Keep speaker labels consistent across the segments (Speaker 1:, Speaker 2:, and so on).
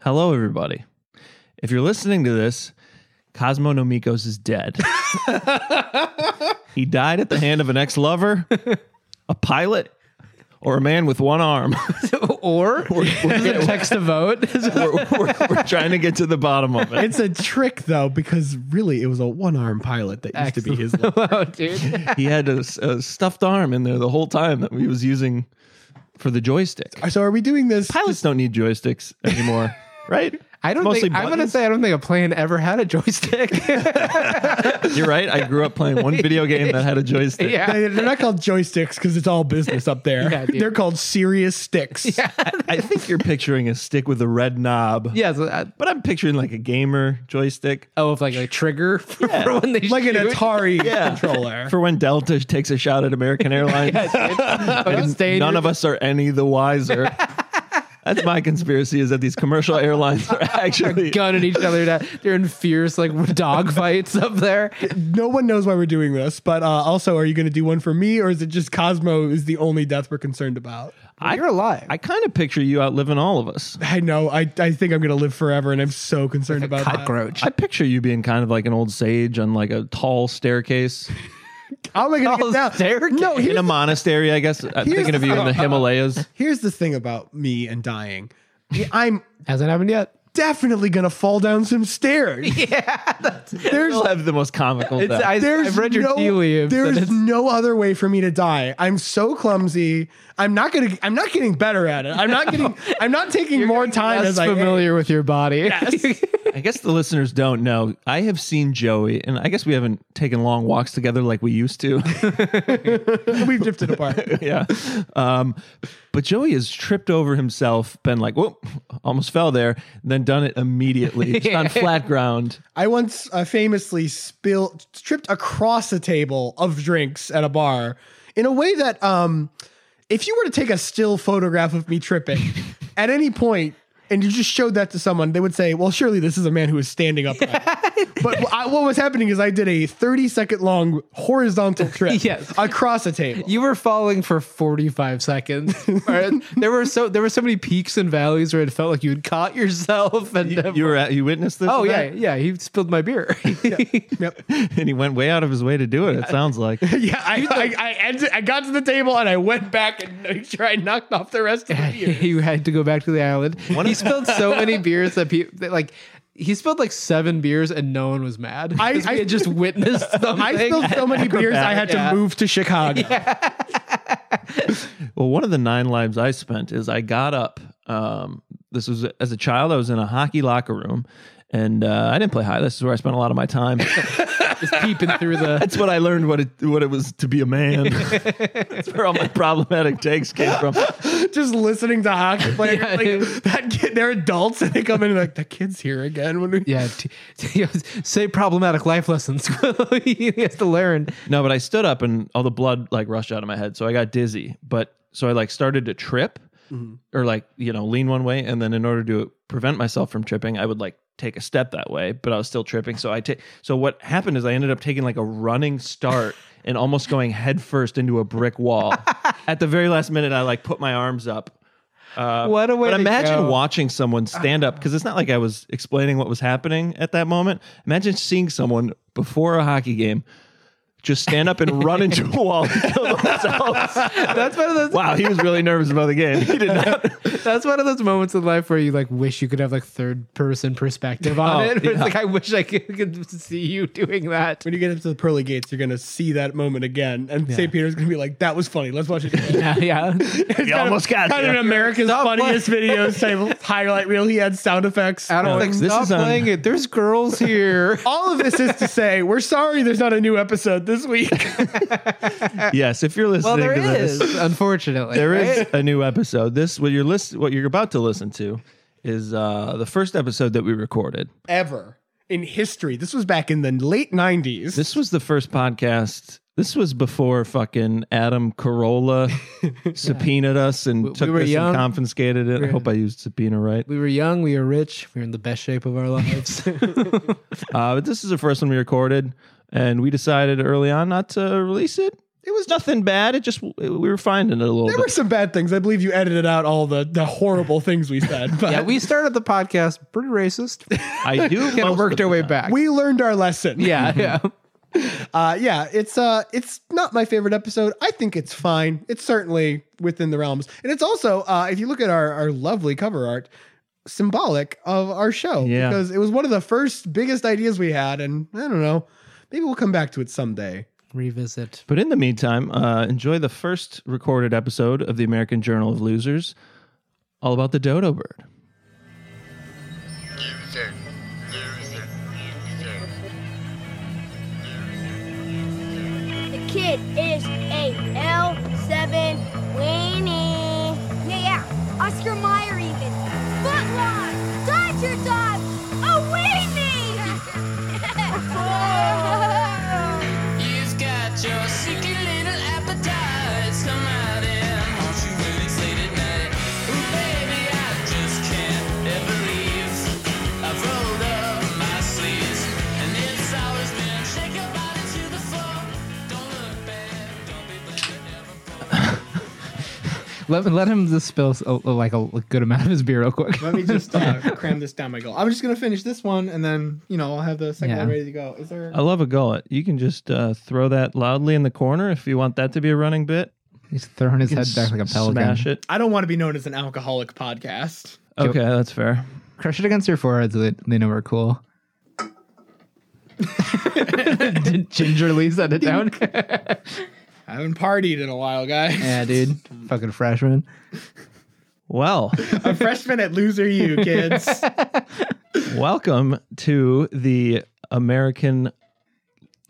Speaker 1: Hello, everybody. If you're listening to this, Cosmo Nomikos is dead. he died at the hand of an ex lover, a pilot, or a man with one arm.
Speaker 2: or text a vote.
Speaker 1: we're, we're- we're trying to get to the bottom of it.
Speaker 3: It's a trick though, because really it was a one arm pilot that used to be his. little-
Speaker 2: oh, dude.
Speaker 1: He had a, s- a stuffed arm in there the whole time that he was using for the joystick.
Speaker 3: So are we doing this?
Speaker 1: Pilots don't need joysticks anymore, right?
Speaker 2: I don't
Speaker 1: Mostly
Speaker 2: think I'm gonna
Speaker 1: buttons.
Speaker 2: say I don't think a plane ever had a joystick.
Speaker 1: You're right. I grew up playing one video game that had a joystick.
Speaker 2: yeah.
Speaker 3: They- They're not called joysticks because it's all business up there.
Speaker 2: Yeah, dude.
Speaker 3: They're called serious sticks.
Speaker 1: I, I think you're picturing a stick with a red knob.
Speaker 2: Yeah. So, uh,
Speaker 1: But I'm picturing like a gamer joystick.
Speaker 2: oh, with like a trigger for, for when they
Speaker 3: Like an
Speaker 2: shoot.
Speaker 3: Atari
Speaker 1: Yeah.
Speaker 3: controller.
Speaker 1: For when Delta takes a shot at American Airlines,
Speaker 2: Atari. Stay
Speaker 1: none of us are any the wiser. That's my conspiracy is that these commercial airlines are actually
Speaker 2: gunning each other. down. They're in fierce like dog fights up there.
Speaker 3: No one knows why we're doing this, but uh, also, are you going to do one for me, or is it just Cosmo is the only death we're concerned about?
Speaker 1: I-
Speaker 2: You're alive.
Speaker 1: I kind of picture you outliving all of us.
Speaker 3: I know. I, I think I'm going to live forever, and I'm so concerned about that.
Speaker 2: cockroach.
Speaker 1: I picture you being kind of like an old sage on like a tall staircase
Speaker 3: How am I going to
Speaker 2: Oh,
Speaker 3: get down?
Speaker 2: staircase.
Speaker 3: No,
Speaker 1: in
Speaker 3: here's,
Speaker 1: a monastery. I guess I'm
Speaker 3: Here's
Speaker 1: thinking of you in the Himalayas.
Speaker 3: here's the thing about me and dying. I'm
Speaker 2: Hasn't happened yet.
Speaker 3: definitely going to fall down some stairs.
Speaker 1: There's will have the most comical.
Speaker 2: It's,
Speaker 1: death.
Speaker 2: I,
Speaker 3: There's
Speaker 2: I've read your
Speaker 3: no,
Speaker 2: tea leaves. and
Speaker 3: There's
Speaker 2: it's-
Speaker 3: no other way for me to die. I'm so clumsy. I'm not gonna. I'm not getting better at it. I'm not getting. I'm not taking more time
Speaker 2: less
Speaker 3: as I.
Speaker 2: familiar with your body.
Speaker 1: I guess the listeners don't know. I have seen Joey, and I guess we haven't taken long walks together like we used to.
Speaker 3: We've drifted apart.
Speaker 1: yeah. Um, but Joey has tripped over himself, been like, whoop, almost fell there, and then done it immediately, just on flat ground.
Speaker 3: I once uh, famously spilled, tripped across a table of drinks at a bar in a way that, um, if you were to take a still photograph of me tripping at any point and you just showed that to someone, they would say, "Well, surely this is a man who is standing upright." but I, what was happening is I did a 30 second long horizontal trip
Speaker 2: Yes.
Speaker 3: across a table.
Speaker 2: You were falling for 45 seconds. Or there were so there were so many peaks and valleys where it felt like you had caught yourself and
Speaker 1: You, you were at, you witnessed this?
Speaker 2: Oh yeah,
Speaker 1: event?
Speaker 2: yeah, he spilled my beer.
Speaker 3: Yep.
Speaker 1: And he went way out of his way to do it, it sounds like.
Speaker 3: Yeah, I I, I, ended, I got to the table and I went back and made sure I knocked off the rest of the beer.
Speaker 2: you had to go back to the island. he spilled so many beers that people that, like he spilled like seven beers and no one was mad.
Speaker 3: I-
Speaker 2: 'Cause we
Speaker 3: I-
Speaker 2: had just witnessed something.
Speaker 3: I spilled so many beers I had
Speaker 2: Yeah.
Speaker 3: to move to Chicago.
Speaker 1: Well, one of the nine lives I spent is I got up. Um, this was as a child, I was in a hockey locker room. And uh, I didn't play high. This is where I spent a lot of my time.
Speaker 2: just peeping through the
Speaker 1: That's what I learned what it what it was to be a man. That's where all my problematic takes came from.
Speaker 3: just listening to hockey players
Speaker 2: Yeah,
Speaker 3: like,
Speaker 2: dude.
Speaker 3: that kid they're adults and they come in and like the kid's here again when we
Speaker 2: yeah, t- t- say problematic life lessons. he has to learn.
Speaker 1: No, but I stood up and all the blood like rushed out of my head, so I got dizzy. But so I like started to trip or like, you know, lean one way and then in order to prevent myself from tripping, I would like take a step that way, but I was still tripping. So I take so what happened is I ended up taking like a running start and almost going headfirst into a brick wall. At the very last minute I like put my arms up
Speaker 3: Uh,
Speaker 2: what a way!
Speaker 1: But
Speaker 2: to
Speaker 1: imagine
Speaker 2: go.
Speaker 1: watching someone stand up because it's not like I was explaining what was happening at that moment. Imagine seeing someone before a hockey game just stand up and run into a wall and kill themselves.
Speaker 2: That's one of those.
Speaker 1: wow, he was really nervous about the game. He did not.
Speaker 2: That's one of those moments in life where you like wish you could have like third person perspective on
Speaker 1: Oh,
Speaker 2: it. Where It's
Speaker 1: yeah.
Speaker 2: like I wish I could, could see you doing that.
Speaker 3: when you get up to the pearly gates you're gonna see that moment again and st peter's gonna be like that was funny let's watch it again."
Speaker 2: Yeah, yeah.
Speaker 1: He almost got
Speaker 3: kind of
Speaker 1: you.
Speaker 3: america's funniest videos type highlight reel he had sound effects
Speaker 2: I don't think
Speaker 1: this
Speaker 2: stop
Speaker 1: is on-
Speaker 2: playing it. There's girls here.
Speaker 3: all of this is to say we're sorry there's not a new episode this week
Speaker 1: Yes, if you're listening
Speaker 2: well, there
Speaker 1: to
Speaker 2: is,
Speaker 1: this,
Speaker 2: unfortunately.
Speaker 1: there is a new episode. This what you're list, what you're about to listen to is uh, the first episode that we recorded.
Speaker 3: ever in history this was back in the late 90s
Speaker 1: This was the first podcast. This was before fucking Adam Carolla subpoenaed us and took
Speaker 2: were
Speaker 1: us
Speaker 2: young.
Speaker 1: and confiscated it. I hope I used subpoena right.
Speaker 2: We were young. We were rich. We were in the best shape of our lives.
Speaker 1: Uh, but this is the first one we recorded, and we decided early on not to release it It was nothing bad. It just we were finding it a little
Speaker 4: There
Speaker 1: bit.
Speaker 4: were some bad things. I believe you edited out all the, the horrible things we said. But
Speaker 2: Yeah, we started the podcast pretty racist.
Speaker 1: I do most
Speaker 2: Kind
Speaker 1: of
Speaker 2: of worked
Speaker 1: the
Speaker 2: our way
Speaker 1: time.
Speaker 2: back.
Speaker 4: we learned our lesson.
Speaker 2: yeah, yeah.
Speaker 4: Uh, yeah, it's uh, it's not my favorite episode. I think it's fine. It's certainly within the realms, and it's also uh, if you look at our our lovely cover art, symbolic of our show
Speaker 1: Yeah.
Speaker 4: because it was one of the first biggest ideas we had, and I don't know, maybe we'll come back to it someday.
Speaker 2: Revisit.
Speaker 1: But in the meantime, uh, enjoy the first recorded episode of the American Journal of Losers, all about the dodo bird.
Speaker 5: Loser. Loser. Loser. Loser. Loser.
Speaker 6: The kid is a L7 Winnie. Yeah, Oscar Meyer even. Footlong, Dodger Dog, a Weenie!
Speaker 7: You've got your secret little appetites. Come out and haunt you when it's late at night. Ooh, baby, I just can't ever leave. I've rolled up my sleeves, and it's always been shake your body to the floor. Don't look back, don't be looking ever
Speaker 2: Let, let him just spill s- a- a- like a good amount of his beer real quick.
Speaker 3: Let me just uh, cram this down my goal. I'm just gonna finish this one, and then you know I'll have the second
Speaker 2: Yeah.
Speaker 3: one ready to go. Is there?
Speaker 1: I love a gullet. You can just uh, throw that loudly in the corner if you want that to be a running bit.
Speaker 2: He's throwing his
Speaker 1: You can
Speaker 2: head back like a
Speaker 1: s-
Speaker 2: pelican.
Speaker 1: Smash it.
Speaker 3: I don't want to be known as an alcoholic podcast.
Speaker 1: Okay, that's fair.
Speaker 2: Crush it against your forehead so they, they know we're cool. Did gingerly set it down.
Speaker 3: I haven't partied in a while, guys.
Speaker 2: yeah, dude. Fucking freshman.
Speaker 1: Well,
Speaker 3: A freshman at Loser U, kids.
Speaker 1: welcome to the American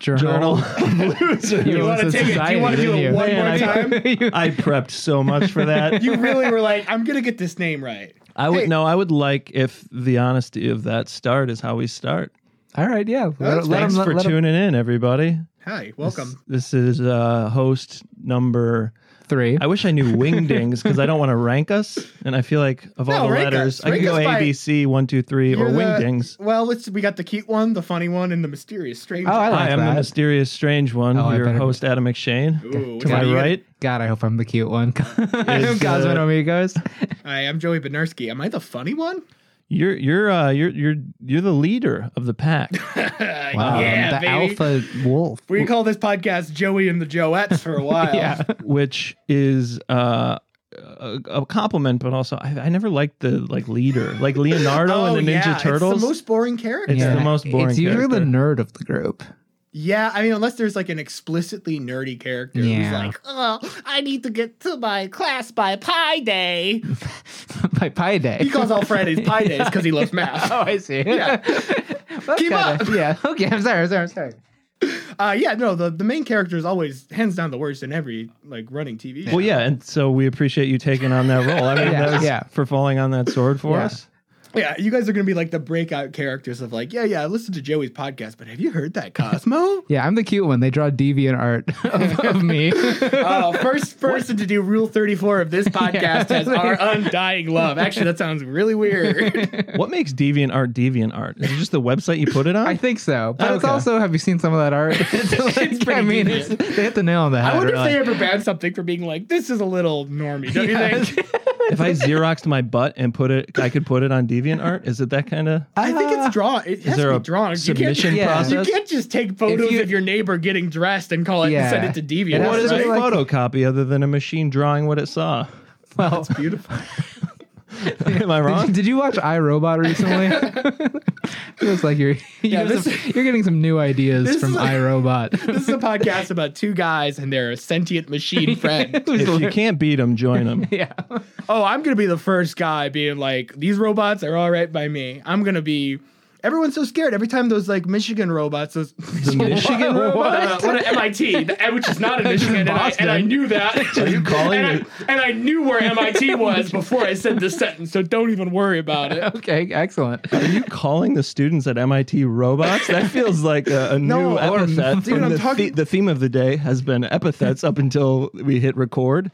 Speaker 1: Journal.
Speaker 3: you want to take it? Do you want to do it one more time?
Speaker 1: I prepped so much for that.
Speaker 3: You really were like, I'm gonna get this name right.
Speaker 1: I would no. I would like if the honesty of that start is how we start.
Speaker 2: All right, yeah. Let, let
Speaker 1: Thanks
Speaker 2: him- let-
Speaker 1: for
Speaker 2: let him-
Speaker 1: tuning in, everybody.
Speaker 3: Hi, welcome.
Speaker 1: This is uh, host number.
Speaker 2: Three.
Speaker 1: I wish I knew wingdings because I don't want to rank us, and I feel like of all
Speaker 3: No,
Speaker 1: the
Speaker 3: rank
Speaker 1: letters, I
Speaker 3: us.
Speaker 1: can
Speaker 3: Rank
Speaker 1: go
Speaker 3: us by-
Speaker 1: ABC one two three or
Speaker 3: You're the-
Speaker 1: wingdings.
Speaker 3: Well, it's, we got the cute one, the funny one, and the mysterious stranger.
Speaker 2: oh, I like
Speaker 1: I am the
Speaker 2: that.
Speaker 1: mysterious strange one.
Speaker 2: Oh, I
Speaker 1: Your
Speaker 2: better-
Speaker 1: host Adam McShane.
Speaker 3: Ooh, which
Speaker 1: to
Speaker 3: one
Speaker 1: my
Speaker 3: are you gonna-
Speaker 1: right,
Speaker 2: God, I hope I'm the cute one.
Speaker 1: Is,
Speaker 2: Cosmin
Speaker 1: uh,
Speaker 2: Amigos.
Speaker 3: Hi, I'm Joey Benarski. Am I the funny one?
Speaker 1: you're you're uh, you're you're you're the leader of the pack.
Speaker 2: Wow,
Speaker 3: yeah,
Speaker 2: the
Speaker 3: baby.
Speaker 2: alpha wolf.
Speaker 3: We call this podcast Joey and the Joettes for a while.
Speaker 2: yeah.
Speaker 1: which is uh, a, a compliment, but also I, I never liked the like leader, like Leonardo
Speaker 3: Oh,
Speaker 1: and the Ninja
Speaker 3: yeah,
Speaker 1: Turtles.
Speaker 3: It's the most boring character.
Speaker 1: It's
Speaker 2: yeah.
Speaker 1: the most boring
Speaker 2: It's usually the
Speaker 1: character.
Speaker 2: nerd of the group.
Speaker 3: Yeah, I mean, unless there's like an explicitly nerdy character
Speaker 2: Yeah.
Speaker 3: who's like, "Oh, I need to get to my class by Pi Day."
Speaker 2: By Pi Day.
Speaker 3: He calls all Fridays Pi Days because he loves math.
Speaker 2: Oh, I see.
Speaker 3: Yeah.
Speaker 2: Well,
Speaker 3: Keep
Speaker 2: kinda-
Speaker 3: up.
Speaker 2: Yeah. Okay. I'm sorry. I'm sorry. I'm sorry.
Speaker 3: Uh, yeah, no, the, the main character is always hands down the worst in every like running TV. show.
Speaker 1: well, yeah, and so we appreciate you taking on that role. I mean,
Speaker 2: Yeah,
Speaker 1: that was
Speaker 2: yeah.
Speaker 1: for falling on that sword for
Speaker 2: Yeah.
Speaker 1: us.
Speaker 3: yeah, you guys are gonna be like the breakout characters of like, yeah, yeah, I listened to Joey's podcast, but have you heard that Cosmo?
Speaker 2: Yeah, I'm the cute one. They draw deviant art of, of me.
Speaker 3: Oh, first person to do Rule 34 of this podcast has our undying love. Actually, that sounds really weird.
Speaker 1: What makes deviant art deviant art? Is it just the website you put it on?
Speaker 2: I think so. But it's
Speaker 1: Okay.
Speaker 2: also, have you seen some of that art? It's, like, I
Speaker 3: pretty
Speaker 2: mean, it's,
Speaker 3: deviant.
Speaker 2: they hit the nail on the head.
Speaker 3: I wonder if
Speaker 2: really.
Speaker 3: they ever banned something for being like, this is a little normy, don't you think?
Speaker 1: if I xeroxed my butt and put it, I could put it on deviant art. Is it that kind of?
Speaker 3: I think it's drawn. It has
Speaker 1: there
Speaker 3: to
Speaker 1: a
Speaker 3: be drawn.
Speaker 1: submission
Speaker 3: you can't,
Speaker 1: process?
Speaker 3: You can't just take photos
Speaker 2: you-
Speaker 3: of your neighbor getting dressed and call it
Speaker 2: Yeah.
Speaker 3: and send it to Deviant.
Speaker 2: It has
Speaker 1: What
Speaker 2: to
Speaker 1: is a
Speaker 2: be
Speaker 3: right?
Speaker 2: like-
Speaker 1: photocopy other than a machine drawing what it saw?
Speaker 2: well,
Speaker 3: It's beautiful.
Speaker 1: Am I
Speaker 2: did,
Speaker 1: wrong?
Speaker 2: did you watch iRobot recently? Feels like you're you
Speaker 3: Yeah,
Speaker 2: have
Speaker 3: this-
Speaker 2: some- you're getting some new ideas
Speaker 3: this
Speaker 2: from
Speaker 3: is like-
Speaker 2: iRobot.
Speaker 3: This is a podcast about two guys and their sentient machine friend.
Speaker 1: If you can't beat them, join them.
Speaker 2: yeah,
Speaker 3: oh, I'm gonna be the first guy being like, these robots are all right by me. I'm gonna be. Everyone's so scared. Every time those like Michigan robots, those
Speaker 1: The Michigan robot?
Speaker 3: Uh, what at MIT, the- eh, which is not in Michigan, and I, and I knew that. Are
Speaker 1: you calling
Speaker 3: and
Speaker 1: it-
Speaker 3: I, and I knew where MIT was before I said this sentence, so don't even worry about it.
Speaker 2: okay, excellent.
Speaker 1: Are you calling the students at MIT robots? That feels like a, a new
Speaker 3: No, or-
Speaker 1: epithet.
Speaker 3: Dude,
Speaker 1: from
Speaker 3: I'm
Speaker 1: the,
Speaker 3: talking-
Speaker 1: the theme of the day has been epithets up until we hit record.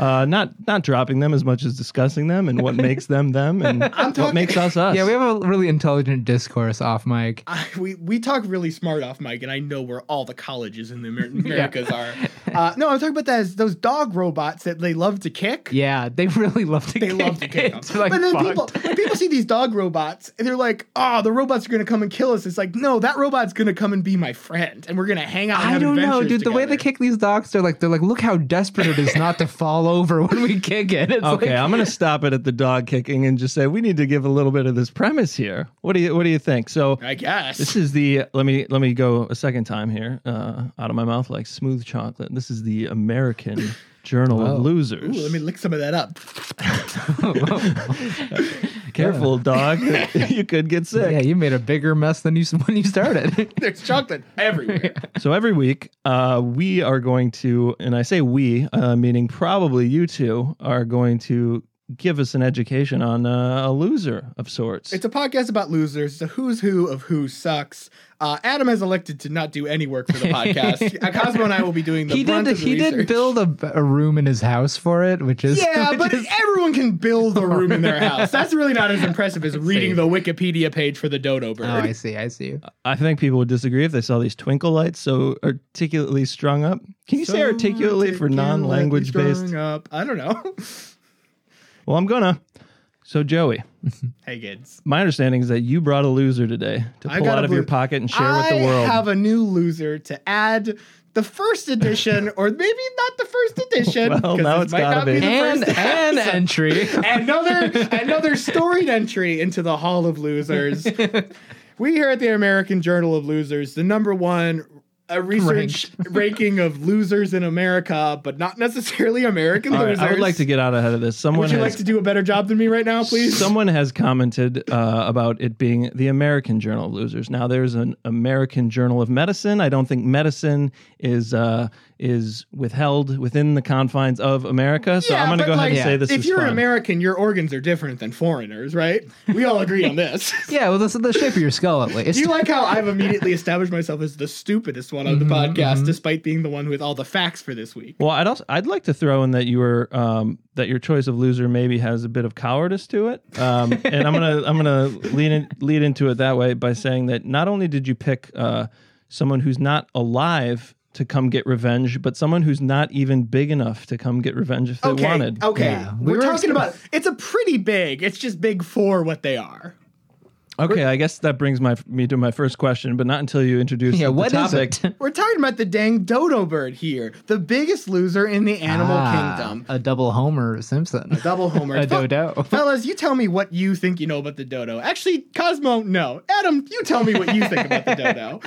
Speaker 1: Uh, not not dropping them as much as discussing them and what makes them them and what
Speaker 3: talking-
Speaker 1: makes us us.
Speaker 2: Yeah, we have a really intelligent
Speaker 8: discourse off mic.
Speaker 3: I, we we talk really smart off mic, and I know where all the colleges in the Amer- Americas are. Uh, no, I'm talking about that as those dog robots that they love to kick.
Speaker 8: Yeah, they really love to.
Speaker 3: They
Speaker 8: kick
Speaker 3: love to kick
Speaker 8: it.
Speaker 3: them.
Speaker 8: It's like,
Speaker 3: but then
Speaker 8: fuck.
Speaker 3: people, when people see these dog robots and they're like, oh, the robots are going to come and kill us. It's like, no, that robot's going to come and be my friend and we're going to hang out. And
Speaker 8: I
Speaker 3: have
Speaker 8: don't know,
Speaker 3: adventures
Speaker 8: dude. The way they
Speaker 3: together."
Speaker 8: kick these dogs, they're like, they're like, look how desperate it is not to fall over when we kick it. It's
Speaker 1: Okay,
Speaker 8: like,
Speaker 1: I'm going to stop it at the dog kicking and just say we need to give a little bit of this premise here. What do you What do you think? So
Speaker 3: I guess.
Speaker 1: this is the let me let me go a second time here uh, out of my mouth like smooth chocolate. This is the American Journal of Losers.
Speaker 3: Ooh, let me lick some of that up.
Speaker 1: Careful, dog. you could get sick.
Speaker 8: yeah, you made a bigger mess than you when you started.
Speaker 3: There's chocolate everywhere.
Speaker 1: So every week, uh, we are going to, and I say we, uh, meaning probably you two are going to give us an education on uh, a loser of sorts.
Speaker 3: It's a podcast about losers. It's a who's who of who sucks. Uh, Adam has elected to not do any work for the podcast. Uh, Cosmo and I will be doing the
Speaker 8: he
Speaker 3: brunt
Speaker 8: did.
Speaker 3: of the
Speaker 8: He did
Speaker 3: research.
Speaker 8: build a, a room in his house for it, which is
Speaker 3: Yeah,
Speaker 8: which
Speaker 3: but
Speaker 8: is-
Speaker 3: everyone can build a room in their house. That's really not as impressive as reading the Wikipedia page for the dodo bird.
Speaker 8: oh, I see, I see.
Speaker 1: I think people would disagree if they saw these twinkle lights so articulately strung up. Can you say articulately for non-language based?
Speaker 3: Up. I don't know.
Speaker 1: Well, I'm gonna. So Joey,
Speaker 3: hey kids,
Speaker 1: my understanding is that you brought a loser today to
Speaker 3: I
Speaker 1: pull
Speaker 3: got
Speaker 1: out
Speaker 3: a
Speaker 1: of your
Speaker 3: loser.
Speaker 1: pocket and share
Speaker 3: I
Speaker 1: with the world.
Speaker 3: have a new loser to add. The first edition, or maybe not the first edition.
Speaker 1: Well,
Speaker 3: 'cause
Speaker 1: now
Speaker 3: this
Speaker 1: it's
Speaker 3: might
Speaker 1: gotta
Speaker 3: not
Speaker 1: be.
Speaker 3: the
Speaker 8: And
Speaker 3: first
Speaker 8: and
Speaker 3: episode.
Speaker 8: entry.
Speaker 3: another another storied entry into the Hall of Losers. we here at the American Journal of Losers, the number one uh research ranking of losers in America, but not necessarily American
Speaker 1: All right,
Speaker 3: losers.
Speaker 1: I would like to get out ahead of this. Someone
Speaker 3: Would you
Speaker 1: has
Speaker 3: like to do a better job than me right now, please?
Speaker 1: Someone has commented uh, about it being the American Journal of Losers. Now there's an American Journal of Medicine. I don't think medicine is uh, is withheld within the confines of America. So
Speaker 3: Yeah,
Speaker 1: I'm going to
Speaker 3: but
Speaker 1: go ahead
Speaker 3: like,
Speaker 1: and say this
Speaker 3: If
Speaker 1: is
Speaker 3: you're
Speaker 1: fine.
Speaker 3: an American, your organs are different than foreigners, right? We all agree on this.
Speaker 8: Yeah, well, this is the shape of your skull at least.
Speaker 3: Do you like how I've immediately established myself as the stupidest one
Speaker 1: Mm-hmm,
Speaker 3: on the podcast, despite being the one with all the facts for this week?
Speaker 1: well, I'd also I'd like to throw in that you were um, that your choice of loser maybe has a bit of cowardice to it, um, and I'm gonna I'm gonna lead in, lead into it that way by saying that not only did you pick uh, someone who's not alive to come get revenge, but someone who's not even big enough to come get revenge if they
Speaker 3: okay, Oh,
Speaker 1: wanted.
Speaker 3: Okay,
Speaker 8: Yeah. We
Speaker 3: we're,
Speaker 8: were
Speaker 3: talking
Speaker 8: expect-
Speaker 3: about it's a pretty big. It's just big for what they are.
Speaker 1: Okay, I guess that brings my me to my first question, but not until you introduce
Speaker 8: yeah,
Speaker 1: the
Speaker 8: what is
Speaker 1: topic.
Speaker 8: it?
Speaker 3: We're talking about the dang dodo bird here, the biggest loser in the animal
Speaker 8: Ah,
Speaker 3: kingdom.
Speaker 8: A double Homer Simpson.
Speaker 3: Double homer.
Speaker 8: a
Speaker 3: Fel-
Speaker 8: dodo.
Speaker 3: Fellas, you tell me what you think you know about the dodo. Actually, Cosmo, no. Adam, you tell me what you think about the dodo.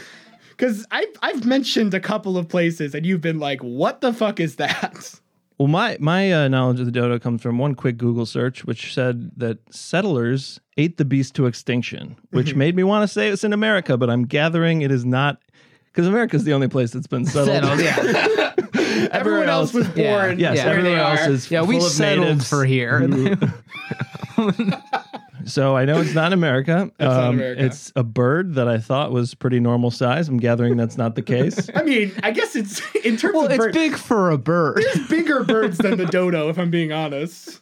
Speaker 3: Because I've, I've mentioned a couple of places and you've been like, what the fuck is that?
Speaker 1: Well, my my uh, knowledge of the dodo comes from one quick Google search, which said that settlers ate the beast to extinction,
Speaker 3: Mm-hmm.
Speaker 1: which made me want to say it's in America, but I'm gathering it is not because America's the only place that's been settled.
Speaker 8: Settled, yeah.
Speaker 3: Everyone else was born.
Speaker 8: Yeah.
Speaker 1: Yes,
Speaker 8: Yeah.
Speaker 3: where
Speaker 1: everyone
Speaker 3: they
Speaker 1: else
Speaker 3: are.
Speaker 1: is
Speaker 8: yeah, we
Speaker 1: full of
Speaker 8: settled
Speaker 1: natives.
Speaker 8: for here.
Speaker 3: Mm-hmm.
Speaker 1: So I know it's not America. it's,
Speaker 3: not America.
Speaker 1: it's a bird that I thought was pretty normal size. I'm gathering that's not the case.
Speaker 3: I mean, I guess it's in terms
Speaker 8: well,
Speaker 3: of
Speaker 8: it's
Speaker 3: birds-
Speaker 8: big for a bird.
Speaker 3: bigger birds than the dodo, if I'm being honest.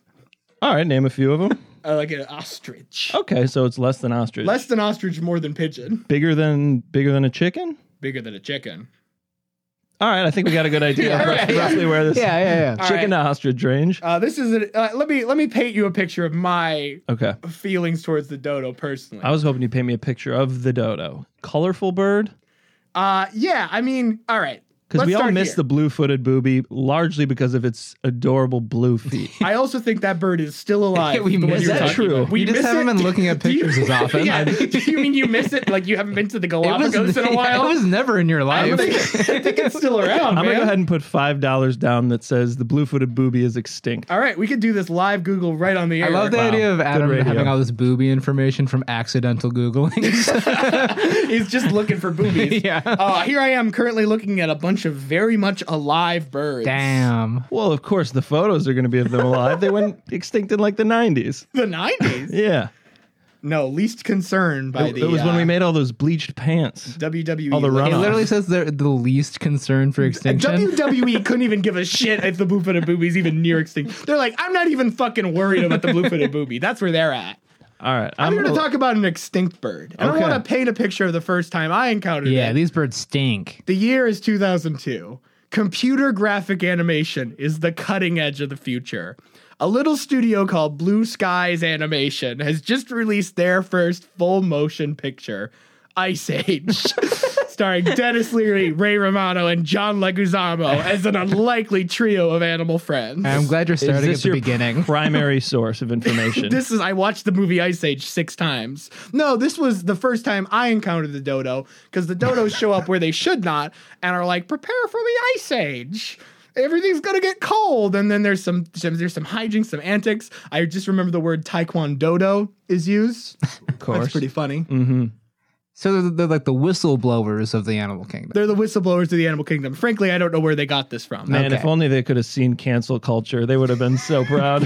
Speaker 1: All right, name a few of them.
Speaker 3: Uh, like an ostrich.
Speaker 1: Okay, so it's less than ostrich.
Speaker 3: Less than ostrich, more than pigeon.
Speaker 1: bigger than bigger than a chicken.
Speaker 3: Bigger than a chicken.
Speaker 1: All right, I think we got a good idea of rough- roughly where this
Speaker 8: Yeah, yeah, yeah.
Speaker 3: All
Speaker 1: chicken
Speaker 3: right.
Speaker 1: to ostrich range.
Speaker 3: Uh, this is a, uh, let me let me paint you a picture of my
Speaker 1: Okay,
Speaker 3: feelings towards the dodo personally.
Speaker 1: I was hoping you'd paint me a picture of the dodo, colorful bird,
Speaker 3: Uh, yeah, I mean, all right.
Speaker 1: because
Speaker 3: Let's
Speaker 1: we all
Speaker 3: start
Speaker 1: miss
Speaker 3: here.
Speaker 1: the blue-footed booby largely because of its adorable blue feet.
Speaker 3: I also think that bird is still alive.
Speaker 8: We
Speaker 3: the way
Speaker 8: miss
Speaker 3: you were
Speaker 8: it.
Speaker 3: talking
Speaker 1: True.
Speaker 3: about. We
Speaker 8: you just
Speaker 3: miss
Speaker 8: haven't
Speaker 3: it.
Speaker 8: been looking at
Speaker 3: Do you-
Speaker 8: pictures as often.
Speaker 3: yeah.
Speaker 8: It
Speaker 3: Do you mean you miss it? Like you haven't been to the
Speaker 8: was-
Speaker 3: Galapagos in a while?
Speaker 8: It was never in your
Speaker 3: I,
Speaker 8: life.
Speaker 3: think, I think it's still around.
Speaker 1: I'm
Speaker 3: man.
Speaker 1: gonna go ahead and put five dollars down that says the blue-footed booby is extinct.
Speaker 3: All right, we could do this live Google right on the air.
Speaker 8: I love the
Speaker 1: Wow.
Speaker 8: idea of
Speaker 1: Good
Speaker 8: Adam
Speaker 1: radio.
Speaker 8: having all this booby information from accidental Googling.
Speaker 3: He's just looking for boobies.
Speaker 8: Yeah.
Speaker 3: Uh, here I am currently looking at a bunch of very much alive birds.
Speaker 8: Damn.
Speaker 1: Well, of course, the photos are gonna be of them alive. they went extinct in like the '90s.
Speaker 3: The 90s?
Speaker 1: Yeah,
Speaker 3: No, least concern by
Speaker 1: it,
Speaker 3: the.
Speaker 1: it was when we
Speaker 3: uh, E
Speaker 1: made all those bleached pants.
Speaker 3: WWE.
Speaker 1: all the
Speaker 3: look-
Speaker 8: It
Speaker 1: runoff.
Speaker 8: literally says they're the least concern for extinction.
Speaker 3: WWE E couldn't even give a shit if the blue footed boobies even near extinct. They're like, I'm not even fucking worried about the blue footed booby. That's where they're at.
Speaker 1: All right.
Speaker 3: I'm going to
Speaker 1: gonna-
Speaker 3: talk about an extinct bird. And
Speaker 1: Okay.
Speaker 3: I want to paint a picture of the first time I encountered
Speaker 2: Yeah,
Speaker 3: it.
Speaker 2: these birds stink.
Speaker 3: the year is 2002. Computer graphic animation is the cutting edge of the future. A little studio called Blue Skies Animation has just released their first full motion picture, Ice Age, starring Dennis Leary, Ray Romano, and John Leguizamo as an unlikely trio of animal friends.
Speaker 2: I'm glad you're
Speaker 1: Is
Speaker 2: starting at
Speaker 1: this
Speaker 2: the
Speaker 1: your
Speaker 2: beginning.
Speaker 1: primary source of information?
Speaker 3: This is I watched the movie Ice Age six times. No, this was the first time I encountered the dodo because the dodos show up where they should not and are like, prepare for the ice age. Everything's gonna get cold, and then there's some, some there's some hijinks, some antics. I just remember the word taekwondo is used.
Speaker 2: of course. Mm.
Speaker 3: That's pretty funny.
Speaker 2: so they're, they're like the whistleblowers of the animal kingdom.
Speaker 3: They're the whistleblowers of the animal kingdom. Frankly, I don't know where they got this from.
Speaker 1: Man, if
Speaker 2: Okay.
Speaker 1: only they could have seen cancel culture, they would have been so proud.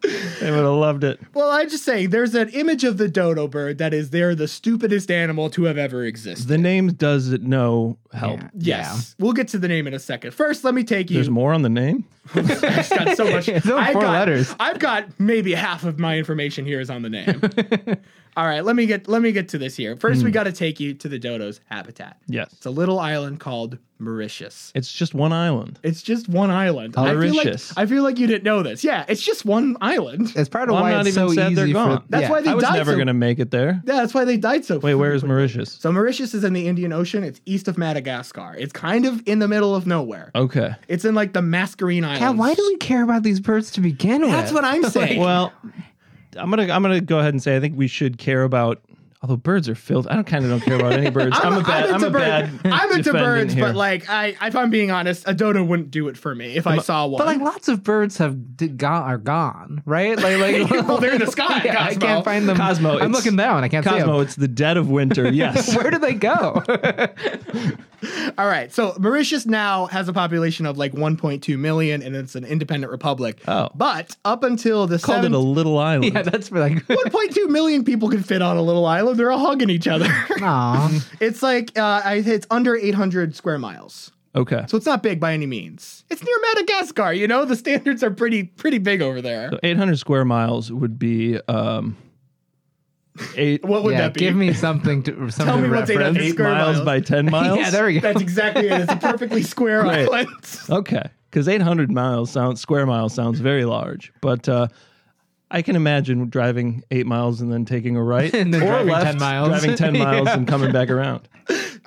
Speaker 1: they would have loved it.
Speaker 3: Well, I just say there's an image of the dodo bird that is they're the stupidest animal to have ever existed.
Speaker 1: The name does it no help.
Speaker 2: Yeah.
Speaker 3: Yes, we'll get to the name in a second. First, let me take you.
Speaker 1: There's more on the name.
Speaker 3: I've got so much.
Speaker 2: It's only
Speaker 3: I've
Speaker 2: four
Speaker 3: got,
Speaker 2: letters.
Speaker 3: I've got maybe half of my information here is on the name. All right, let me get let me get to this here. First,
Speaker 2: Hmm.
Speaker 3: we got to take you to the dodo's habitat.
Speaker 1: Yes.
Speaker 3: It's a little island called Mauritius.
Speaker 1: It's just one island.
Speaker 3: It's just one island.
Speaker 1: Mauritius.
Speaker 3: I feel, like, I feel like you didn't know this. Yeah, it's just one island.
Speaker 2: That's part of
Speaker 1: Well, I'm
Speaker 2: why
Speaker 1: not
Speaker 2: it's
Speaker 1: even
Speaker 2: so
Speaker 1: sad they're
Speaker 2: easy for.
Speaker 1: gone.
Speaker 3: That's
Speaker 2: yeah.
Speaker 3: why they
Speaker 1: I was
Speaker 3: died
Speaker 1: never
Speaker 3: so-
Speaker 1: going to make it there.
Speaker 3: Yeah, that's why they died so.
Speaker 1: Wait, where is Mauritius?
Speaker 3: So Mauritius is in the Indian Ocean. It's east of Madagascar. It's kind of in the middle of nowhere.
Speaker 1: Okay.
Speaker 3: It's in like the Mascarene Islands.
Speaker 2: Yeah, Oh. why do we care about these birds to begin with?
Speaker 3: That's what I'm saying.
Speaker 1: Well, I'm gonna I'm gonna go ahead and say I think we should care about. Although birds are filthy, I don't kind of don't care about any birds. I'm, a bad. I'm,
Speaker 3: into
Speaker 1: a
Speaker 3: birds.
Speaker 1: bad.
Speaker 3: I'm into
Speaker 1: defendant
Speaker 3: birds,
Speaker 1: here.
Speaker 3: but like, I, if I'm being honest, a dodo wouldn't do it for me if I saw one.
Speaker 2: But like lots of birds have d- gone are gone, right? Like like
Speaker 3: Well, they're in the sky,
Speaker 2: Yeah, I
Speaker 3: Cosmo.
Speaker 2: can't find them.
Speaker 1: Cosmo,
Speaker 2: I'm
Speaker 1: it's-
Speaker 2: looking down. I can't
Speaker 1: Cosmo,
Speaker 2: see
Speaker 1: it's the dead of winter. Yes.
Speaker 2: them. Where do they go?
Speaker 3: all right, so Mauritius now has a population of like 1.2 million, and it's an independent republic.
Speaker 1: Oh.
Speaker 3: but up until the
Speaker 1: Called it
Speaker 3: seven-
Speaker 1: a little island.
Speaker 2: yeah, that's for like.
Speaker 3: 1.2 million people can fit on a little island. They're all hugging each other.
Speaker 2: Aw.
Speaker 3: it's like uh, I, it's under 800 square miles,
Speaker 1: okay.
Speaker 3: so it's not big by any means. It's near Madagascar. You know, the standards are pretty pretty big over there.
Speaker 1: So 800 square miles would be um, eight,
Speaker 3: What would
Speaker 2: yeah,
Speaker 3: that be?
Speaker 2: give me something to something
Speaker 3: me
Speaker 2: to
Speaker 3: what's eight
Speaker 2: reference.
Speaker 3: hundred
Speaker 1: eight
Speaker 3: square
Speaker 1: miles,
Speaker 3: miles.
Speaker 1: by 10 miles?
Speaker 2: Yeah, there we go.
Speaker 3: That's exactly it. It's a perfectly square
Speaker 1: Great.
Speaker 3: island.
Speaker 1: Okay, because 800 miles sounds square miles sounds very large, but uh, I can imagine driving eight miles and then taking a right
Speaker 2: And then
Speaker 1: or
Speaker 2: driving
Speaker 1: left,
Speaker 2: 10 miles.
Speaker 1: driving 10
Speaker 2: Yeah.
Speaker 1: miles and coming back around.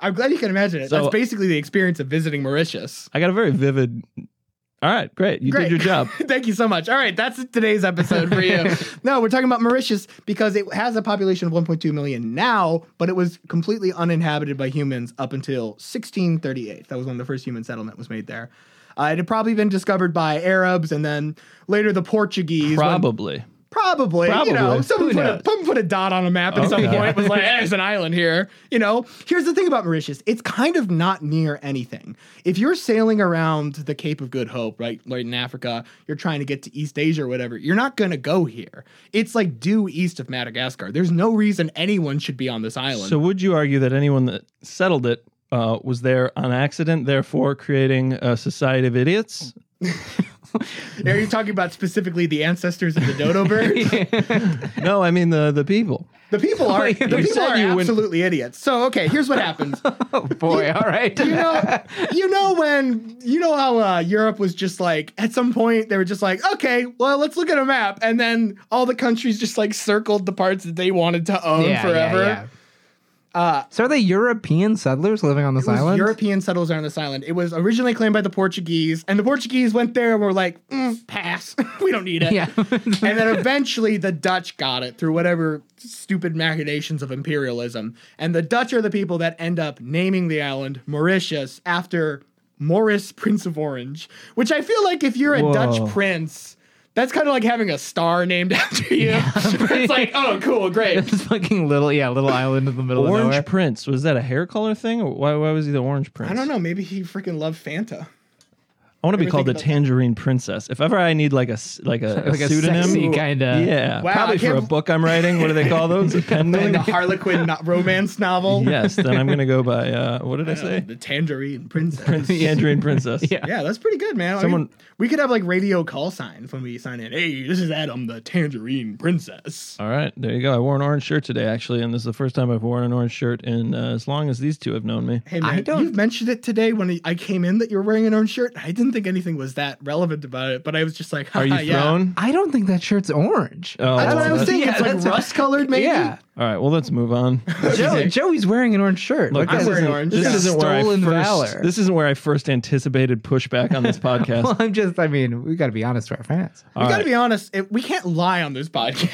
Speaker 3: I'm glad you can imagine it.
Speaker 1: So-
Speaker 3: That's basically the experience of visiting Mauritius.
Speaker 1: I got a very vivid. All right, great, you
Speaker 3: Great.
Speaker 1: did your job.
Speaker 3: Thank you so much. All right, that's today's episode for you. no, we're talking about Mauritius because it has a population of 1.2 million now, but it was completely uninhabited by humans up until 1638. That was when the first human settlement was made there. Uh, it had probably been discovered by Arabs and then later the Portuguese. when-
Speaker 1: Probably.
Speaker 3: Probably,
Speaker 1: Probably.
Speaker 3: you know, someone
Speaker 1: Who
Speaker 3: put, a,
Speaker 1: knows?
Speaker 3: someone put a dot on a map at some
Speaker 1: Okay.
Speaker 3: point. Was like, "Hey, there's an island here. You know, here's the thing about Mauritius: it's kind of not near anything. If you're sailing around the Cape of Good Hope, right, right in Africa, you're trying to get to East Asia or whatever. You're not gonna go here. It's like due east of Madagascar. There's no reason anyone should be on this island.
Speaker 1: So, would you argue that anyone that settled it uh, was there on accident, therefore creating a society of idiots?
Speaker 3: Are you talking about specifically the ancestors of the dodo bird?
Speaker 1: No, I mean the the people.
Speaker 3: The people are
Speaker 2: Wait,
Speaker 3: the
Speaker 2: you
Speaker 3: people
Speaker 1: said
Speaker 3: are
Speaker 1: you wouldn't-
Speaker 3: absolutely idiots. So okay, here's what happens.
Speaker 2: Oh boy! All right.
Speaker 3: you know, you know when you know how uh, Europe was just like at some point they were just like, okay, well let's look at a map, and then all the countries just like circled the parts that they wanted to own
Speaker 2: yeah,
Speaker 3: forever.
Speaker 2: Yeah, yeah.
Speaker 3: Uh,
Speaker 2: so are they European settlers living on this
Speaker 3: It was
Speaker 2: island?
Speaker 3: European settlers on this island. It was originally claimed by the Portuguese, and the Portuguese went there and were like, "Mm, pass, we don't need it.
Speaker 2: Yeah.
Speaker 3: and then eventually the Dutch got it through whatever stupid machinations of imperialism. And the Dutch are the people that end up naming the island Mauritius after Maurice, Prince of Orange, which I feel like if you're a
Speaker 1: Whoa.
Speaker 3: Dutch prince, that's kind of like having a star named after you. it's like, oh, cool, great.
Speaker 2: this fucking little yeah little island in the middle of
Speaker 1: Orange
Speaker 2: nowhere.
Speaker 1: Prince was that a hair color thing, or why why was he the Orange Prince?
Speaker 3: I don't know. Maybe he freaking loved Fanta.
Speaker 1: I want to be
Speaker 3: Ever
Speaker 1: called the
Speaker 3: think about-
Speaker 1: tangerine princess. If ever I need like a s- like a,
Speaker 2: Like a
Speaker 1: pseudonym,
Speaker 2: sexy kinda-
Speaker 1: yeah,
Speaker 3: Wow, I
Speaker 1: probably for
Speaker 3: can't
Speaker 1: a
Speaker 3: bel-
Speaker 1: book I'm writing. What do they call those? A pen
Speaker 3: Like
Speaker 1: name?
Speaker 3: the Harlequin no- romance novel.
Speaker 1: yes, then I'm gonna go by uh, what did I
Speaker 3: Uh,
Speaker 1: say?
Speaker 3: the Tangerine Princess.
Speaker 1: Tangerine princess.
Speaker 2: Yeah.
Speaker 3: Yeah, that's pretty good, man. I mean,
Speaker 1: Someone-
Speaker 3: we could have like radio call signs when we sign in. Hey, this is Adam, the Tangerine Princess.
Speaker 1: All right, there you go. I wore an orange shirt today, actually, and this is the first time I've worn an orange shirt in uh, as long as these two have known me.
Speaker 3: Hey man,
Speaker 2: I don't-
Speaker 3: you mentioned it today when I came in that you were wearing an orange shirt. I didn't think anything was that relevant about it, but I was just like,
Speaker 1: Are you
Speaker 3: "Haha, yeah.
Speaker 1: thrown?
Speaker 2: I don't think that shirt's orange.
Speaker 1: Oh,
Speaker 3: That's what I
Speaker 1: well,
Speaker 3: was
Speaker 1: that's-
Speaker 3: thinking.
Speaker 2: Yeah,
Speaker 3: it's like
Speaker 2: that's what-
Speaker 3: rust colored, maybe.
Speaker 2: Yeah,
Speaker 1: All right, well, let's move on.
Speaker 2: Joe, Joey's wearing an orange shirt.
Speaker 1: Look,
Speaker 2: Look
Speaker 1: this
Speaker 2: at
Speaker 3: wearing
Speaker 1: isn't,
Speaker 3: orange.
Speaker 1: this
Speaker 3: Yeah.
Speaker 1: isn't where I
Speaker 2: Stolen
Speaker 1: first,
Speaker 2: valor.
Speaker 1: This isn't where I first anticipated pushback on this podcast.
Speaker 2: Well, I'm just, I mean, we got to be honest to our fans.
Speaker 3: We
Speaker 1: All
Speaker 3: gotta
Speaker 1: right.
Speaker 3: be honest, it, we can't lie on this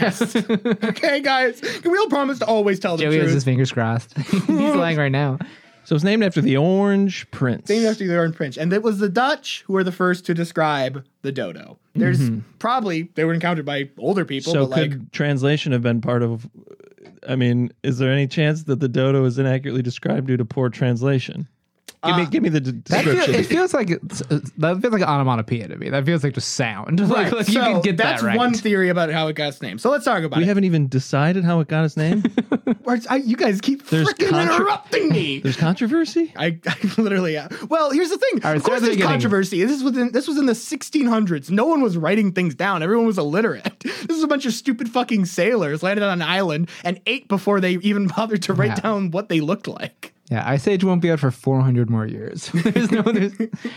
Speaker 3: podcast. okay, guys? Can we all promise to always tell the
Speaker 2: Joey has
Speaker 3: truth?
Speaker 2: his fingers crossed. He's lying right now.
Speaker 1: So it's named after the Orange Prince.
Speaker 3: named after their own prince. And it was the Dutch who were the first to describe the dodo. There's probably they were encountered by older people,
Speaker 1: so
Speaker 3: but like
Speaker 1: could translation have been part of? I mean, is there any chance that the dodo is inaccurately described due to poor translation? Give me, give me the d-
Speaker 2: Uh, That feel,
Speaker 1: description.
Speaker 2: it feels like it's, uh, that feels like an onomatopoeia to me. That feels like just sound.
Speaker 3: Right,
Speaker 2: Like, like you
Speaker 3: so
Speaker 2: can get
Speaker 3: that's
Speaker 2: that right.
Speaker 3: one theory about how it got its name. So let's talk about
Speaker 1: we
Speaker 3: it.
Speaker 1: haven't even decided how it got its name.
Speaker 3: Or- I- you guys keep
Speaker 1: There's
Speaker 3: freaking
Speaker 1: contra-
Speaker 3: interrupting me.
Speaker 1: There's controversy.
Speaker 3: I, I literally. Uh, well, here's the thing.
Speaker 2: All right,
Speaker 3: of
Speaker 2: start
Speaker 3: course,
Speaker 2: at the
Speaker 3: there's
Speaker 2: beginning.
Speaker 3: controversy. This is within. This was in the 1600s. No one was writing things down. Everyone was illiterate. This is a bunch of stupid fucking sailors landed on an island and ate before they even bothered to write
Speaker 2: Yeah.
Speaker 3: down what they looked like.
Speaker 2: Yeah, Ice Age won't be out for 400 more years. there's no there's,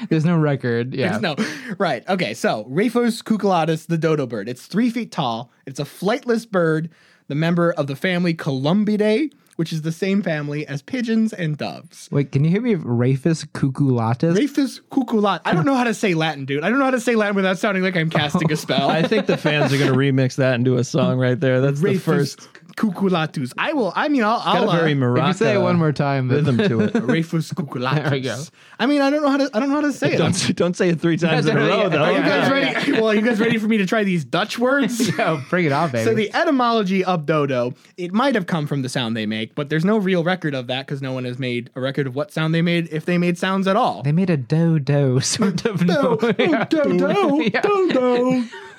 Speaker 2: there's no record. Yeah.
Speaker 3: No, right. Okay, so Raphos cucullatus, the dodo bird. It's three feet tall. It's a flightless bird, the member of the family Columbidae, which is the same family as pigeons and doves.
Speaker 2: Wait, can you hear me? Rafus cucullatus?
Speaker 3: Raphos cucullat. I don't know how to say Latin, dude. I don't know how to say Latin without sounding like I'm casting a spell.
Speaker 1: I think the fans are going to remix that into a song right there. That's the
Speaker 3: Raphus
Speaker 1: first.
Speaker 3: cucullatus. I will. I mean, I'll.
Speaker 1: Got
Speaker 3: I'll
Speaker 1: a very
Speaker 3: uh,
Speaker 1: maraca
Speaker 2: if you say it one more time, then-
Speaker 1: rhythm to it.
Speaker 3: Raphos cucullatus.
Speaker 2: There we go.
Speaker 3: I mean, I don't know how to. I don't know how to say it. I'm-
Speaker 1: Don't don't say it three times in a row
Speaker 2: Yeah.
Speaker 1: though.
Speaker 3: Are you guys
Speaker 2: yeah,
Speaker 3: ready? Well, are you guys ready for me to try these Dutch words?
Speaker 2: yeah, bring it on, baby.
Speaker 3: So the etymology of dodo, it might have come from the sound they make, but there's no real record of that because no one has made a record of what sound they made if they made sounds at all.
Speaker 2: they made a dodo sort of
Speaker 3: Oh,
Speaker 2: noise. Yeah. Yeah.
Speaker 3: dodo.